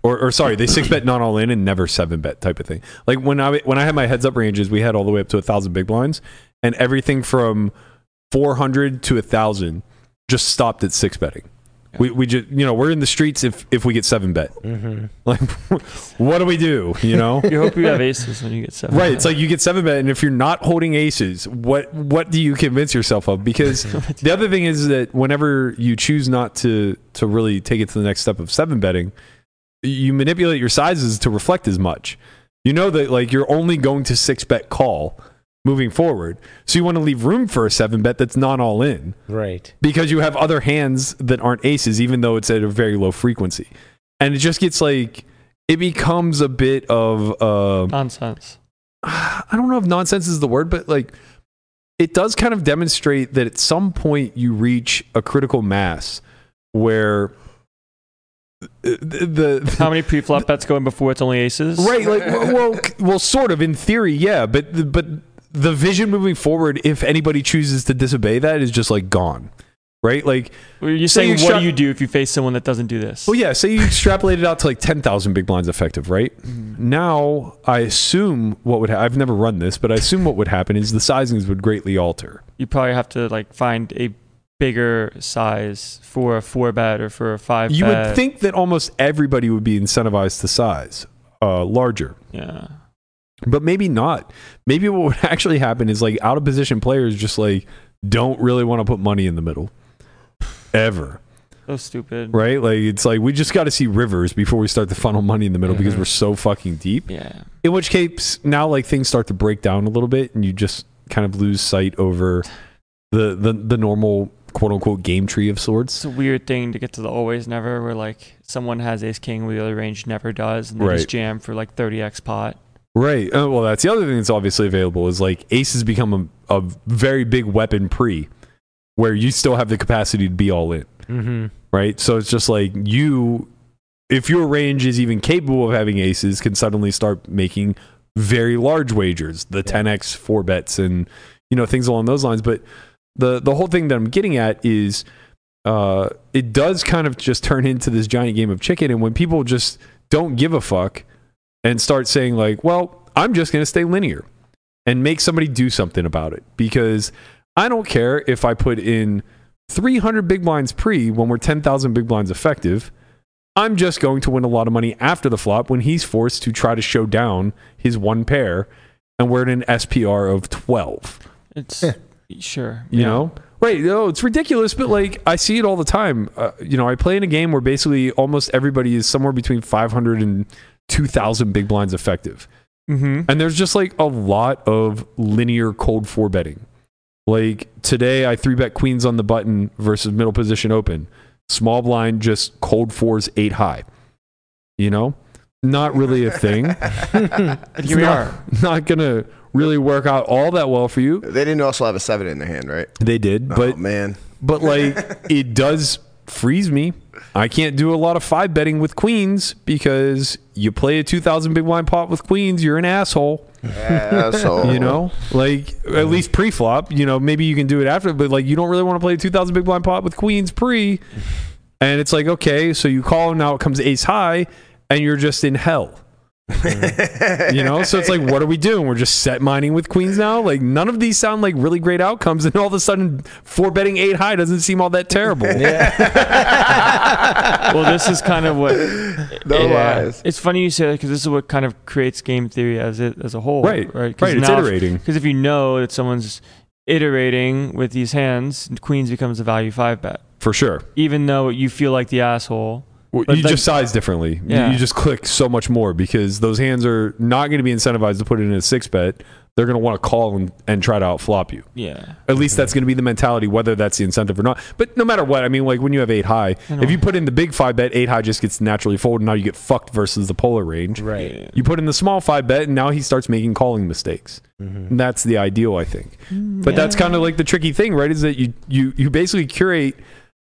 [SPEAKER 5] or, or sorry, they six bet not all in and never seven bet type of thing. Like when I when I had my heads up ranges, we had all the way up to a thousand big blinds, and everything from four hundred to a thousand just stopped at six betting. We we just you know we're in the streets if if we get seven bet. [laughs]
[SPEAKER 3] Mm-hmm.
[SPEAKER 5] Like what do we do? You know.
[SPEAKER 4] You hope you have aces when you get seven.
[SPEAKER 5] Right,
[SPEAKER 4] bet.
[SPEAKER 5] it's like you get seven bet, and if you're not holding aces, what what do you convince yourself of? Because the other thing is that whenever you choose not to to really take it to the next step of seven betting, you manipulate your sizes to reflect as much. You know that like you're only going to six bet call moving forward, so you want to leave room for a seven bet that's not all in
[SPEAKER 3] right.
[SPEAKER 5] because you have other hands that aren't aces, even though it's at a very low frequency, and it just gets like it becomes a bit of.
[SPEAKER 4] [laughs]
[SPEAKER 5] Um,
[SPEAKER 4] nonsense.
[SPEAKER 5] I don't know if nonsense is the word, but like it does kind of demonstrate that at some point you reach a critical mass where the, the
[SPEAKER 4] How many pre-flop bets go in before it's only aces?
[SPEAKER 5] [laughs] right like well, well well sort of in theory yeah but the- but the vision moving forward if anybody chooses to disobey that is just like gone right like
[SPEAKER 4] Well, You're
[SPEAKER 5] Say
[SPEAKER 4] saying
[SPEAKER 5] you
[SPEAKER 4] what
[SPEAKER 5] shot-
[SPEAKER 4] do you do if you face someone that doesn't do this?
[SPEAKER 5] Well, yeah. Say you extrapolate it out to like ten thousand big blinds effective, right?
[SPEAKER 4] Mm-hmm.
[SPEAKER 5] Now, I assume what would ha- I've never run this, but I assume what would happen is the sizings would greatly alter.
[SPEAKER 4] You probably have to like find a bigger size for a four bet or for a five.
[SPEAKER 5] you
[SPEAKER 4] bet.
[SPEAKER 5] would think that almost everybody would be incentivized to size uh, larger,
[SPEAKER 4] Yeah.
[SPEAKER 5] but maybe not. Maybe what would [laughs] actually happen is like out of position players just like don't really want to put money in the middle ever,
[SPEAKER 4] So stupid.
[SPEAKER 5] right? Like it's like we just got to see rivers before we start to funnel money in the middle because we're so fucking deep.
[SPEAKER 4] Yeah.
[SPEAKER 5] In which case, now like things start to break down a little bit, and you just kind of lose sight over the the, the normal quote unquote game tree of
[SPEAKER 4] It's
[SPEAKER 5] sorts.
[SPEAKER 4] a weird thing to get to the always never where like someone has ace king where the other range never does and they
[SPEAKER 5] Right.
[SPEAKER 4] just jam for like 30x pot.
[SPEAKER 5] Right. Uh, well, that's the other thing that's obviously available is like aces become a, a very big weapon pre, where you still have the capacity to be all in. [laughs]
[SPEAKER 3] Mm-hmm.
[SPEAKER 5] Right. So it's just like you, if your range is even capable of having aces, can suddenly start making very large wagers, the 10x four bets and you know things along those lines. But the the whole thing that I'm getting at is uh, it does kind of just turn into this giant game of chicken. And when people just don't give a fuck and start saying like, well, I'm just going to stay linear. and make somebody do something about it because I don't care if I put in 300 big blinds pre when we're 10,000 big blinds effective. I'm just going to win a lot of money after the flop when he's forced to try to show down his one pair and we're at an SPR of 12
[SPEAKER 4] It's sure.
[SPEAKER 5] you
[SPEAKER 4] yeah.
[SPEAKER 5] know right no it's ridiculous but like i see it all the time uh, you know i play in a game where basically almost everybody is somewhere between 500 and 2000 big blinds effective
[SPEAKER 4] Mm-hmm.
[SPEAKER 5] and there's just like a lot of linear cold four betting like today i three bet queens on the button versus middle position open small blind just cold fours eight high you know not really
[SPEAKER 4] [laughs]
[SPEAKER 5] a thing
[SPEAKER 2] [laughs]
[SPEAKER 5] [laughs]
[SPEAKER 4] Here we
[SPEAKER 5] not,
[SPEAKER 4] are.
[SPEAKER 5] not gonna really work out all that well for you
[SPEAKER 7] They didn't also have a seven in their hand, right?
[SPEAKER 5] they did but
[SPEAKER 7] oh, man,
[SPEAKER 4] [laughs]
[SPEAKER 5] but like it does freeze me. I can't do a lot of five betting with queens because you play a 2000 big blind pot with queens, you're an asshole,
[SPEAKER 7] asshole.
[SPEAKER 5] you know? Like at least pre-flop, you know, maybe you can do it after, but like you don't really want to play a 2000 big blind pot with queens pre. And it's like, okay, so you call and now it comes ace high and you're just in [laughs] hell. you know, so it's like, what are we doing? We're just set mining with queens now. Like none of these sound like really great outcomes, and all of a sudden, four betting eight high doesn't seem all that terrible.
[SPEAKER 4] Well, this is kind of what.
[SPEAKER 7] [laughs] No
[SPEAKER 4] Yeah.
[SPEAKER 7] lies.
[SPEAKER 4] It's funny you say that because this is what kind of creates game theory as it as a whole.
[SPEAKER 5] Right,
[SPEAKER 4] Right.
[SPEAKER 5] right, it's iterating.
[SPEAKER 4] Because if you know that someone's iterating with these hands, queens becomes a value five bet,
[SPEAKER 5] [laughs] for sure.
[SPEAKER 4] even though you feel like the asshole.
[SPEAKER 5] Well,
[SPEAKER 4] But
[SPEAKER 5] you
[SPEAKER 4] like-
[SPEAKER 5] just size differently. You-
[SPEAKER 4] Yeah.
[SPEAKER 5] You, just click so much more because those hands are not going to be incentivized to put it in a six bet. They're going to want to call and, and try to outflop you.
[SPEAKER 4] Yeah.
[SPEAKER 5] At least that's going to be the mentality, whether that's the incentive or not. But no matter what, I mean, like when you have eight high, if you put in the big five bet, eight high just gets naturally folded. Now you get fucked versus the polar range.
[SPEAKER 3] Right.
[SPEAKER 5] You put in the small five bet, and now he starts making calling mistakes.
[SPEAKER 4] Mm-hmm.
[SPEAKER 5] And that's the ideal, I think. But that's kind of like the tricky thing, right? Is that you you you basically curate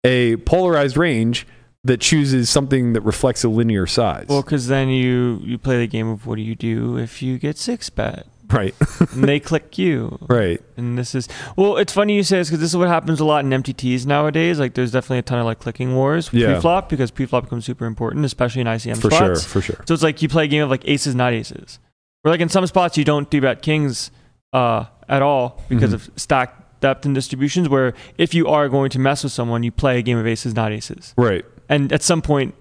[SPEAKER 5] a polarized range that chooses something that reflects a linear size,
[SPEAKER 4] Well, because then you you play the game of what do you do if you get six bet
[SPEAKER 5] right?
[SPEAKER 4] and they
[SPEAKER 5] [laughs]
[SPEAKER 4] click you.
[SPEAKER 5] right.
[SPEAKER 4] And this is well, it's funny you say this because this is what happens a lot in MTTs nowadays. Like, there's definitely a ton of like clicking wars
[SPEAKER 5] Yeah.
[SPEAKER 4] pre-flop because pre-flop becomes super important, especially in ICM
[SPEAKER 5] For
[SPEAKER 4] spots.
[SPEAKER 5] sure. For sure.
[SPEAKER 4] So it's like you play a game of like aces, not aces. Where like in some spots you don't do bet kings uh, at all because
[SPEAKER 5] Mhm.
[SPEAKER 4] of stack depth and distributions. Where if you are going to mess with someone, you play a game of aces, not aces.
[SPEAKER 5] Right.
[SPEAKER 4] And at some point,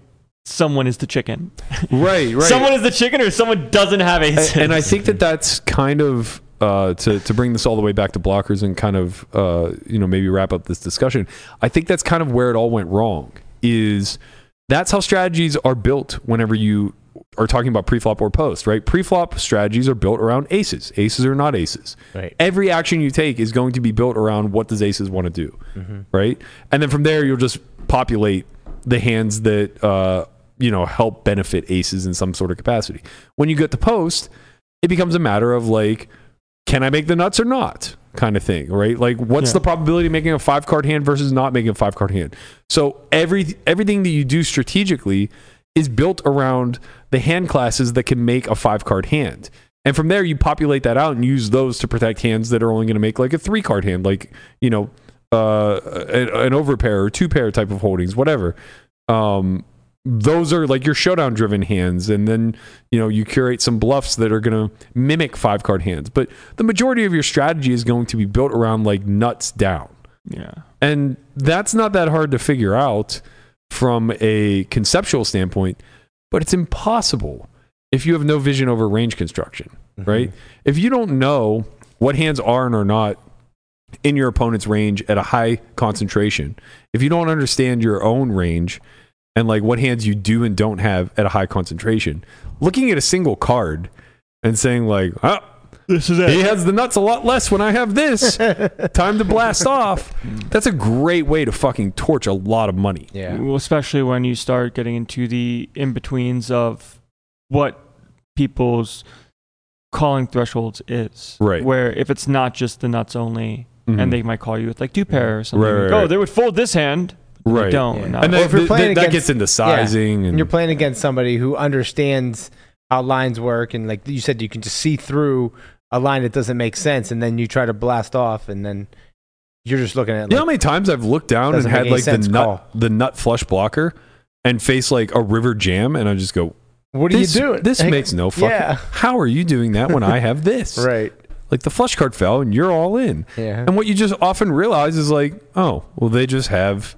[SPEAKER 4] someone is the chicken.
[SPEAKER 5] [laughs] Right. Right.
[SPEAKER 4] Someone is the chicken, or someone doesn't have aces.
[SPEAKER 5] and I think that that's kind of uh, to to bring this all the way back to blockers and kind of uh, you know maybe wrap up this discussion. I think that's kind of where it all went wrong. Is that's how strategies are built whenever you are talking about preflop or post, right? Preflop strategies are built around aces. Aces are not aces.
[SPEAKER 3] Right.
[SPEAKER 5] Every action you take is going to be built around what does aces want to do, right? And then from there you'll just populate the hands that uh, you know help benefit aces in some sort of capacity. When you get to post, it becomes a matter of like, can I make the nuts or not? Kind of thing, right? Like, what's
[SPEAKER 4] Yeah.
[SPEAKER 5] the probability of making a five card hand versus not making a five card hand? So every everything that you do strategically is built around the hand classes that can make a five card hand. And from there, you populate that out and use those to protect hands that are only going to make like a three card hand, like you know, uh, an, an overpair or two pair type of holdings, whatever. Um, those are like your showdown driven hands and then you know you curate some bluffs that are going to mimic five card hands but the majority of your strategy is going to be built around like nuts down
[SPEAKER 4] [laughs] yeah.
[SPEAKER 5] and that's not that hard to figure out from a conceptual standpoint but it's impossible if you have no vision over range construction right if you don't know what hands are and are not in your opponent's range at a high concentration if you don't understand your own range and like what hands you do and don't have at a high concentration looking at a single card and saying like ah,
[SPEAKER 4] This is
[SPEAKER 5] he has the nuts a lot less when I have this.
[SPEAKER 3] [laughs]
[SPEAKER 5] Time to blast off. That's a great way to fucking torch a lot of money.
[SPEAKER 3] Yeah.
[SPEAKER 4] Well, especially when you start getting into the in betweens of what people's calling thresholds is.
[SPEAKER 5] Right. Mm-hmm.
[SPEAKER 4] Where if it's not just the nuts only, and they might call you with like two pair or something.
[SPEAKER 5] Right, right,
[SPEAKER 4] oh,
[SPEAKER 5] right.
[SPEAKER 4] they would fold this hand. but
[SPEAKER 5] Right.
[SPEAKER 4] They don't.
[SPEAKER 3] Yeah.
[SPEAKER 4] And I-
[SPEAKER 5] and then
[SPEAKER 3] Well, if you're
[SPEAKER 5] th-
[SPEAKER 3] playing
[SPEAKER 5] th- that
[SPEAKER 3] against-
[SPEAKER 5] gets into sizing
[SPEAKER 3] And
[SPEAKER 5] and
[SPEAKER 3] you're playing against somebody who understands how lines work, and like you said, you can just see through a line that doesn't make sense, and then you try to blast off, and then you're just looking at
[SPEAKER 5] you know
[SPEAKER 3] like,
[SPEAKER 5] how many times I've looked down and
[SPEAKER 3] Doesn't make
[SPEAKER 5] had
[SPEAKER 3] any
[SPEAKER 5] like the
[SPEAKER 3] sense
[SPEAKER 5] nut
[SPEAKER 3] call.
[SPEAKER 5] the nut flush blocker and face like a river jam and I just go
[SPEAKER 3] what are
[SPEAKER 5] this,
[SPEAKER 3] you doing?
[SPEAKER 5] This makes no
[SPEAKER 3] [laughs]
[SPEAKER 5] fucking
[SPEAKER 3] Yeah.
[SPEAKER 5] how are you doing that when I have
[SPEAKER 3] [laughs]
[SPEAKER 5] this?
[SPEAKER 3] right.
[SPEAKER 5] Like the flush card fell and you're all in.
[SPEAKER 3] Yeah.
[SPEAKER 5] And what you just often realize is like, oh, well, they just have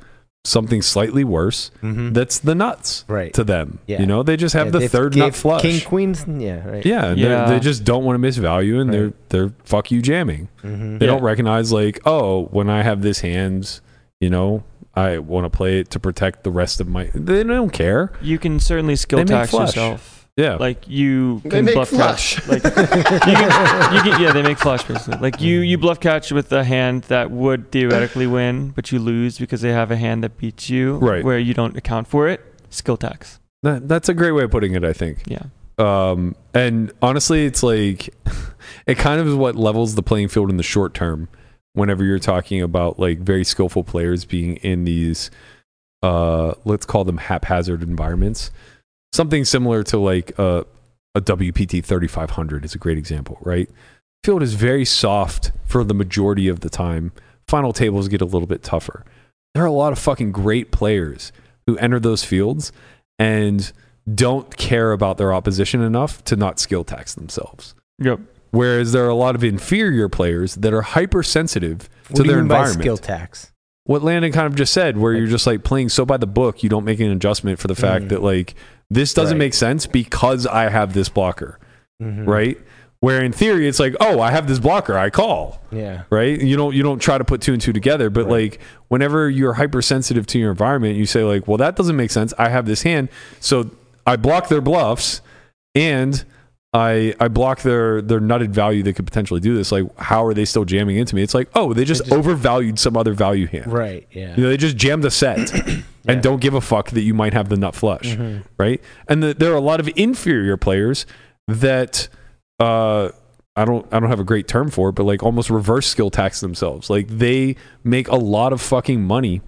[SPEAKER 5] something slightly worse
[SPEAKER 3] Mhm.
[SPEAKER 5] that's the nuts
[SPEAKER 3] Right.
[SPEAKER 5] to them.
[SPEAKER 3] Yeah.
[SPEAKER 5] You know, they just have
[SPEAKER 3] Yeah,
[SPEAKER 5] the
[SPEAKER 3] they
[SPEAKER 5] third
[SPEAKER 3] gave
[SPEAKER 5] nut flush.
[SPEAKER 3] King queens. Yeah. Right.
[SPEAKER 5] yeah, and they're-
[SPEAKER 4] Yeah.
[SPEAKER 5] they just don't want to miss value, and they're they're fuck you jamming.
[SPEAKER 3] Mhm. [laughs]
[SPEAKER 5] They
[SPEAKER 4] Yeah.
[SPEAKER 5] don't recognize like, oh, when I have this hand, you know, I want to play it to protect the rest of my. They don't care.
[SPEAKER 4] You can certainly skill
[SPEAKER 5] They make
[SPEAKER 4] tax
[SPEAKER 5] flush.
[SPEAKER 4] yourself.
[SPEAKER 5] Yeah,
[SPEAKER 4] Like you
[SPEAKER 2] They
[SPEAKER 4] can
[SPEAKER 2] make
[SPEAKER 4] bluff
[SPEAKER 2] flush.
[SPEAKER 4] catch. Like you can, you can, yeah, they make flush basically. Like you, you bluff catch with a hand that would theoretically win, but you lose because they have a hand that beats you.
[SPEAKER 5] Right.
[SPEAKER 4] Where you don't account for it. Skill tax.
[SPEAKER 5] that, that's a great way of putting it. I think.
[SPEAKER 4] Yeah.
[SPEAKER 5] Um, and honestly, it's like [laughs] it kind of is what levels the playing field in the short term. Whenever you're talking about like very skillful players being in these, uh, let's call them haphazard environments, something similar to like a, a WPT 3500 is a great example, right? Field is very soft for the majority of the time. Final tables get a little bit tougher. There are a lot of fucking great players who enter those fields and don't care about their opposition enough to not skill tax themselves.
[SPEAKER 4] Yep.
[SPEAKER 5] Whereas there are a lot of inferior players that are hypersensitive
[SPEAKER 3] What
[SPEAKER 5] to
[SPEAKER 3] do
[SPEAKER 5] their
[SPEAKER 3] you mean by
[SPEAKER 5] environment.
[SPEAKER 3] skill tax?
[SPEAKER 5] What Landon kind of just said, where you're just like playing so by the book, you don't make an adjustment for the fact
[SPEAKER 3] Mm.
[SPEAKER 5] that like this doesn't
[SPEAKER 3] Right.
[SPEAKER 5] make sense because I have this blocker,
[SPEAKER 3] Mhm.
[SPEAKER 5] right? Where in theory it's like, oh, I have this blocker, I call
[SPEAKER 3] Yeah.
[SPEAKER 5] right you don't you don't try to put two and two together but
[SPEAKER 3] Right.
[SPEAKER 5] like whenever you're hypersensitive to your environment you say like well that doesn't make sense i have this hand so i block their bluffs and i i block their their nutted value that could potentially do this like how are they still jamming into me it's like oh they just,
[SPEAKER 3] just-
[SPEAKER 5] overvalued some other value hand
[SPEAKER 3] Right. Yeah.
[SPEAKER 5] you know, they just jammed a set and don't give a fuck that you might have the nut flush, right? And the, there are a lot of inferior players that uh, I don't I don't have a great term for it, but like almost reverse skill tax themselves. Like they make a lot of fucking money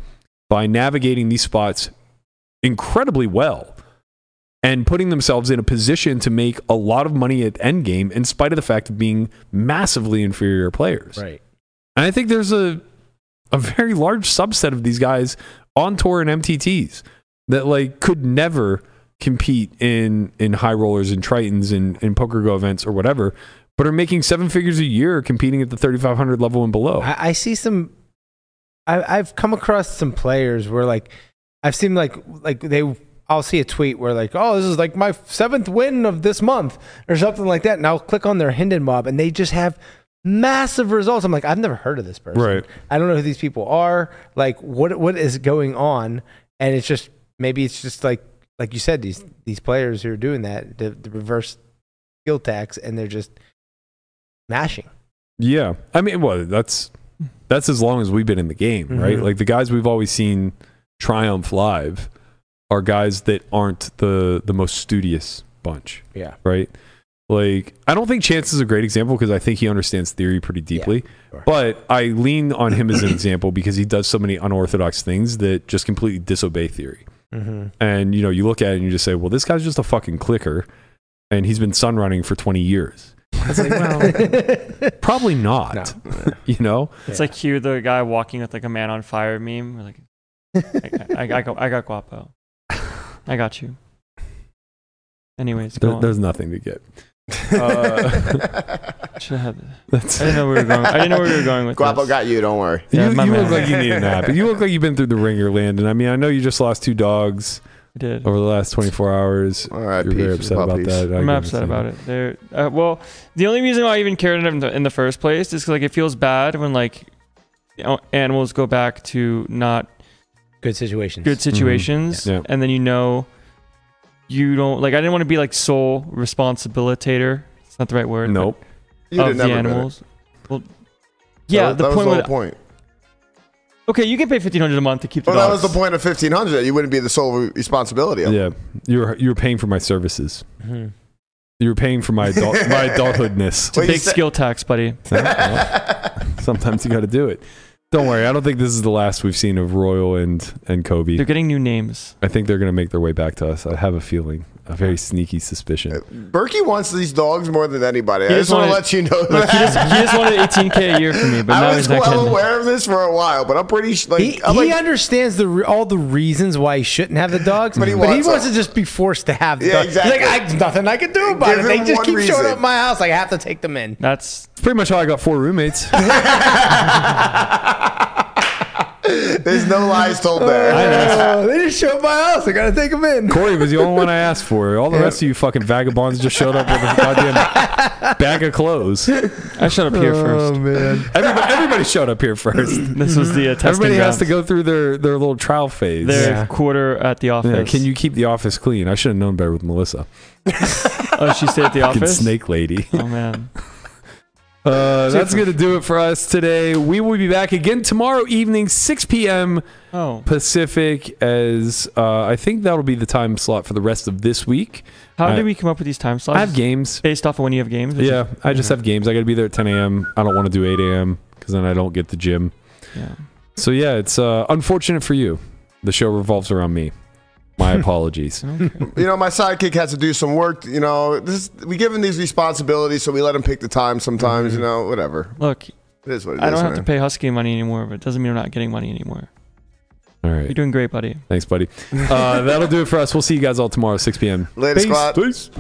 [SPEAKER 5] by navigating these spots incredibly well and putting themselves in a position to make a lot of money at end game in spite of the fact of being massively inferior players.
[SPEAKER 3] Right.
[SPEAKER 5] And I think there's a a very large subset of these guys on tour and MTTs that like could never compete in in high rollers and tritons and in poker go events or whatever, but are making seven figures a year competing at the 3500 level and below.
[SPEAKER 3] I, I see some. I, I've come across some players where like I've seen like like they. I'll see a tweet where like, oh, this is like my seventh win of this month or something like that, and I'll click on their Hinden Mob and they just have massive results. I'm like, I've never heard of this person.
[SPEAKER 5] Right.
[SPEAKER 3] I don't know who these people are. Like, what what is going on? And it's just maybe it's just like like you said these these players who are doing that the, the reverse skill tax and they're just mashing.
[SPEAKER 5] yeah. I mean, well, that's that's as long as we've been in the game, right?
[SPEAKER 3] Mhm.
[SPEAKER 5] Like the guys we've always seen triumph live are guys that aren't the the most studious bunch.
[SPEAKER 3] Yeah.
[SPEAKER 5] right? Like, I don't think Chance is a great example because I think he understands theory pretty deeply.
[SPEAKER 3] sure.
[SPEAKER 5] But I lean on him as an example because he does so many unorthodox things that just completely disobey theory.
[SPEAKER 3] Mm-hmm.
[SPEAKER 5] And you know, you look at it and you just say, "Well, this guy's just a fucking clicker, and he's been sun running for twenty years." It's like,
[SPEAKER 7] [laughs]
[SPEAKER 5] [laughs] well,
[SPEAKER 3] [laughs]
[SPEAKER 5] probably not. You know,
[SPEAKER 4] It's
[SPEAKER 3] Yeah.
[SPEAKER 4] like Hugh, the guy walking with like a man on fire meme. We're like, I, I, I, got, I got guapo. I got you. Anyways,
[SPEAKER 5] There-
[SPEAKER 4] go on.
[SPEAKER 5] there's nothing to get.
[SPEAKER 7] [laughs]
[SPEAKER 5] Uh,
[SPEAKER 4] Should have-
[SPEAKER 5] That's
[SPEAKER 4] I didn't know we were going. I didn't know where we were going with
[SPEAKER 7] Guapo
[SPEAKER 4] this.
[SPEAKER 7] got you. Don't worry.
[SPEAKER 4] Yeah,
[SPEAKER 5] [laughs] you,
[SPEAKER 4] my
[SPEAKER 5] you
[SPEAKER 4] man.
[SPEAKER 5] look like you need a nap. You look like you've been through the ringer, Landon. I mean, I know you just lost two dogs
[SPEAKER 4] I did.
[SPEAKER 5] over the last 24 hours.
[SPEAKER 7] All right,
[SPEAKER 5] You're very
[SPEAKER 7] peaches,
[SPEAKER 5] upset about
[SPEAKER 7] puppies.
[SPEAKER 5] that. I
[SPEAKER 4] I'm
[SPEAKER 5] can
[SPEAKER 4] upset
[SPEAKER 5] understand.
[SPEAKER 4] about it. They're, uh, well, the only reason why I even cared in the, in the first place is 'cause, like it feels bad when like you know, animals go back to not
[SPEAKER 3] Good situations.
[SPEAKER 7] Mm-hmm.
[SPEAKER 4] good situations,
[SPEAKER 5] Yeah.
[SPEAKER 4] and then you know you don't like. I didn't want to be like sole responsibilitator. It's not the right word. but
[SPEAKER 5] Nope.
[SPEAKER 7] You'd
[SPEAKER 4] of
[SPEAKER 7] have
[SPEAKER 4] the
[SPEAKER 7] never been it.
[SPEAKER 4] animals. Well,
[SPEAKER 7] That
[SPEAKER 4] yeah,
[SPEAKER 7] was-
[SPEAKER 4] the
[SPEAKER 7] that
[SPEAKER 4] point.
[SPEAKER 7] was
[SPEAKER 4] would
[SPEAKER 7] the whole point.
[SPEAKER 4] okay, you can pay 1500 a month to keep. The
[SPEAKER 7] Well, that was
[SPEAKER 4] dogs.
[SPEAKER 7] the point of fifteen hundred. You wouldn't be the sole re- responsibility. Of. it.
[SPEAKER 5] Yeah, you were you were paying for my services.
[SPEAKER 3] Mhm.
[SPEAKER 5] You were paying for my adult, my adulthoodness.
[SPEAKER 4] It's a
[SPEAKER 7] Well, you
[SPEAKER 4] big
[SPEAKER 7] said-
[SPEAKER 4] skill tax,
[SPEAKER 7] [laughs]
[SPEAKER 4] buddy.
[SPEAKER 5] Sometimes you got to do it. Don't worry, I don't think this is the last we've seen of Royal and and Kobe.
[SPEAKER 4] They're getting new names.
[SPEAKER 5] I think they're going to make their way back to us. I have a feeling, a very sneaky suspicion.
[SPEAKER 7] Berkey wants these dogs more than anybody. I
[SPEAKER 4] He
[SPEAKER 7] just
[SPEAKER 4] just
[SPEAKER 7] want to
[SPEAKER 4] wanted-
[SPEAKER 7] let you know
[SPEAKER 4] Look, he just,
[SPEAKER 7] that.
[SPEAKER 4] he just wanted 18k a year from me, but now
[SPEAKER 7] I
[SPEAKER 4] he's
[SPEAKER 7] was
[SPEAKER 4] not
[SPEAKER 7] well
[SPEAKER 4] getting.
[SPEAKER 7] aware of this for a while, but I'm pretty sh- like,
[SPEAKER 3] He,
[SPEAKER 7] I'm
[SPEAKER 3] he
[SPEAKER 7] like
[SPEAKER 3] understands the re- all the reasons why he shouldn't have the dogs, but
[SPEAKER 7] he wants
[SPEAKER 3] to just be forced to have the
[SPEAKER 7] Yeah,
[SPEAKER 3] dogs. He's like,
[SPEAKER 7] exactly.
[SPEAKER 3] I, nothing I can do about
[SPEAKER 7] Give
[SPEAKER 3] it. They
[SPEAKER 7] him
[SPEAKER 3] just
[SPEAKER 7] one
[SPEAKER 3] keep showing
[SPEAKER 7] reason.
[SPEAKER 3] up at my house. Like, I have to take them in.
[SPEAKER 4] That's
[SPEAKER 5] pretty much how I got four roommates.
[SPEAKER 7] There's no lies told
[SPEAKER 4] [laughs]
[SPEAKER 7] there.
[SPEAKER 3] Uh, [laughs] they just showed up my house. I gotta take them in.
[SPEAKER 5] Corey was the only one I asked for. All the rest of you fucking vagabonds just showed up with a goddamn bag of clothes.
[SPEAKER 4] I showed up
[SPEAKER 7] Um,
[SPEAKER 4] here first.
[SPEAKER 5] man. Everybody, everybody showed up here first.
[SPEAKER 4] This was the uh, testing
[SPEAKER 5] Everybody has to
[SPEAKER 4] grounds.
[SPEAKER 5] go through their, their little trial phase.
[SPEAKER 4] Their
[SPEAKER 3] Yeah.
[SPEAKER 4] quarter at the
[SPEAKER 5] Yeah,
[SPEAKER 4] office.
[SPEAKER 5] can you keep the office clean? I should have known better with Melissa.
[SPEAKER 4] Oh, she stayed
[SPEAKER 7] [laughs]
[SPEAKER 4] at the
[SPEAKER 5] Fucking
[SPEAKER 4] office.
[SPEAKER 5] snake lady.
[SPEAKER 4] Oh man.
[SPEAKER 5] Uh, that's going to do it for us today. We will be back again tomorrow evening, 6 p.m.
[SPEAKER 4] Oh,
[SPEAKER 5] Pacific, as uh, I think that'll be the time slot for the rest of this week.
[SPEAKER 4] how
[SPEAKER 5] I-
[SPEAKER 4] do we come up with these time slots?
[SPEAKER 5] I have games.
[SPEAKER 4] based off of when you have games. Is
[SPEAKER 5] Yeah, I just have games. I got to be there at 10 a.m. I don't want to do 8 a.m. because then I don't get the gym.
[SPEAKER 4] it- yeah.
[SPEAKER 5] So yeah, it's uh, unfortunate for you. The show revolves around me. [laughs] My apologies.
[SPEAKER 7] You know, my sidekick has to do some work. You know, this we give him these responsibilities, so we let him pick the time sometimes. You know, whatever.
[SPEAKER 4] Look,
[SPEAKER 7] It is what it is.
[SPEAKER 4] Mm-hmm. I don't have to
[SPEAKER 7] man.
[SPEAKER 4] pay Husky money anymore, but it doesn't mean I'm not getting money anymore.
[SPEAKER 5] All
[SPEAKER 4] You're
[SPEAKER 5] right,
[SPEAKER 4] doing great, buddy.
[SPEAKER 5] thanks, buddy. Uh, that'll do it for us. We'll see you guys all tomorrow, 6 p.m.
[SPEAKER 7] Later, squad.
[SPEAKER 5] Peace.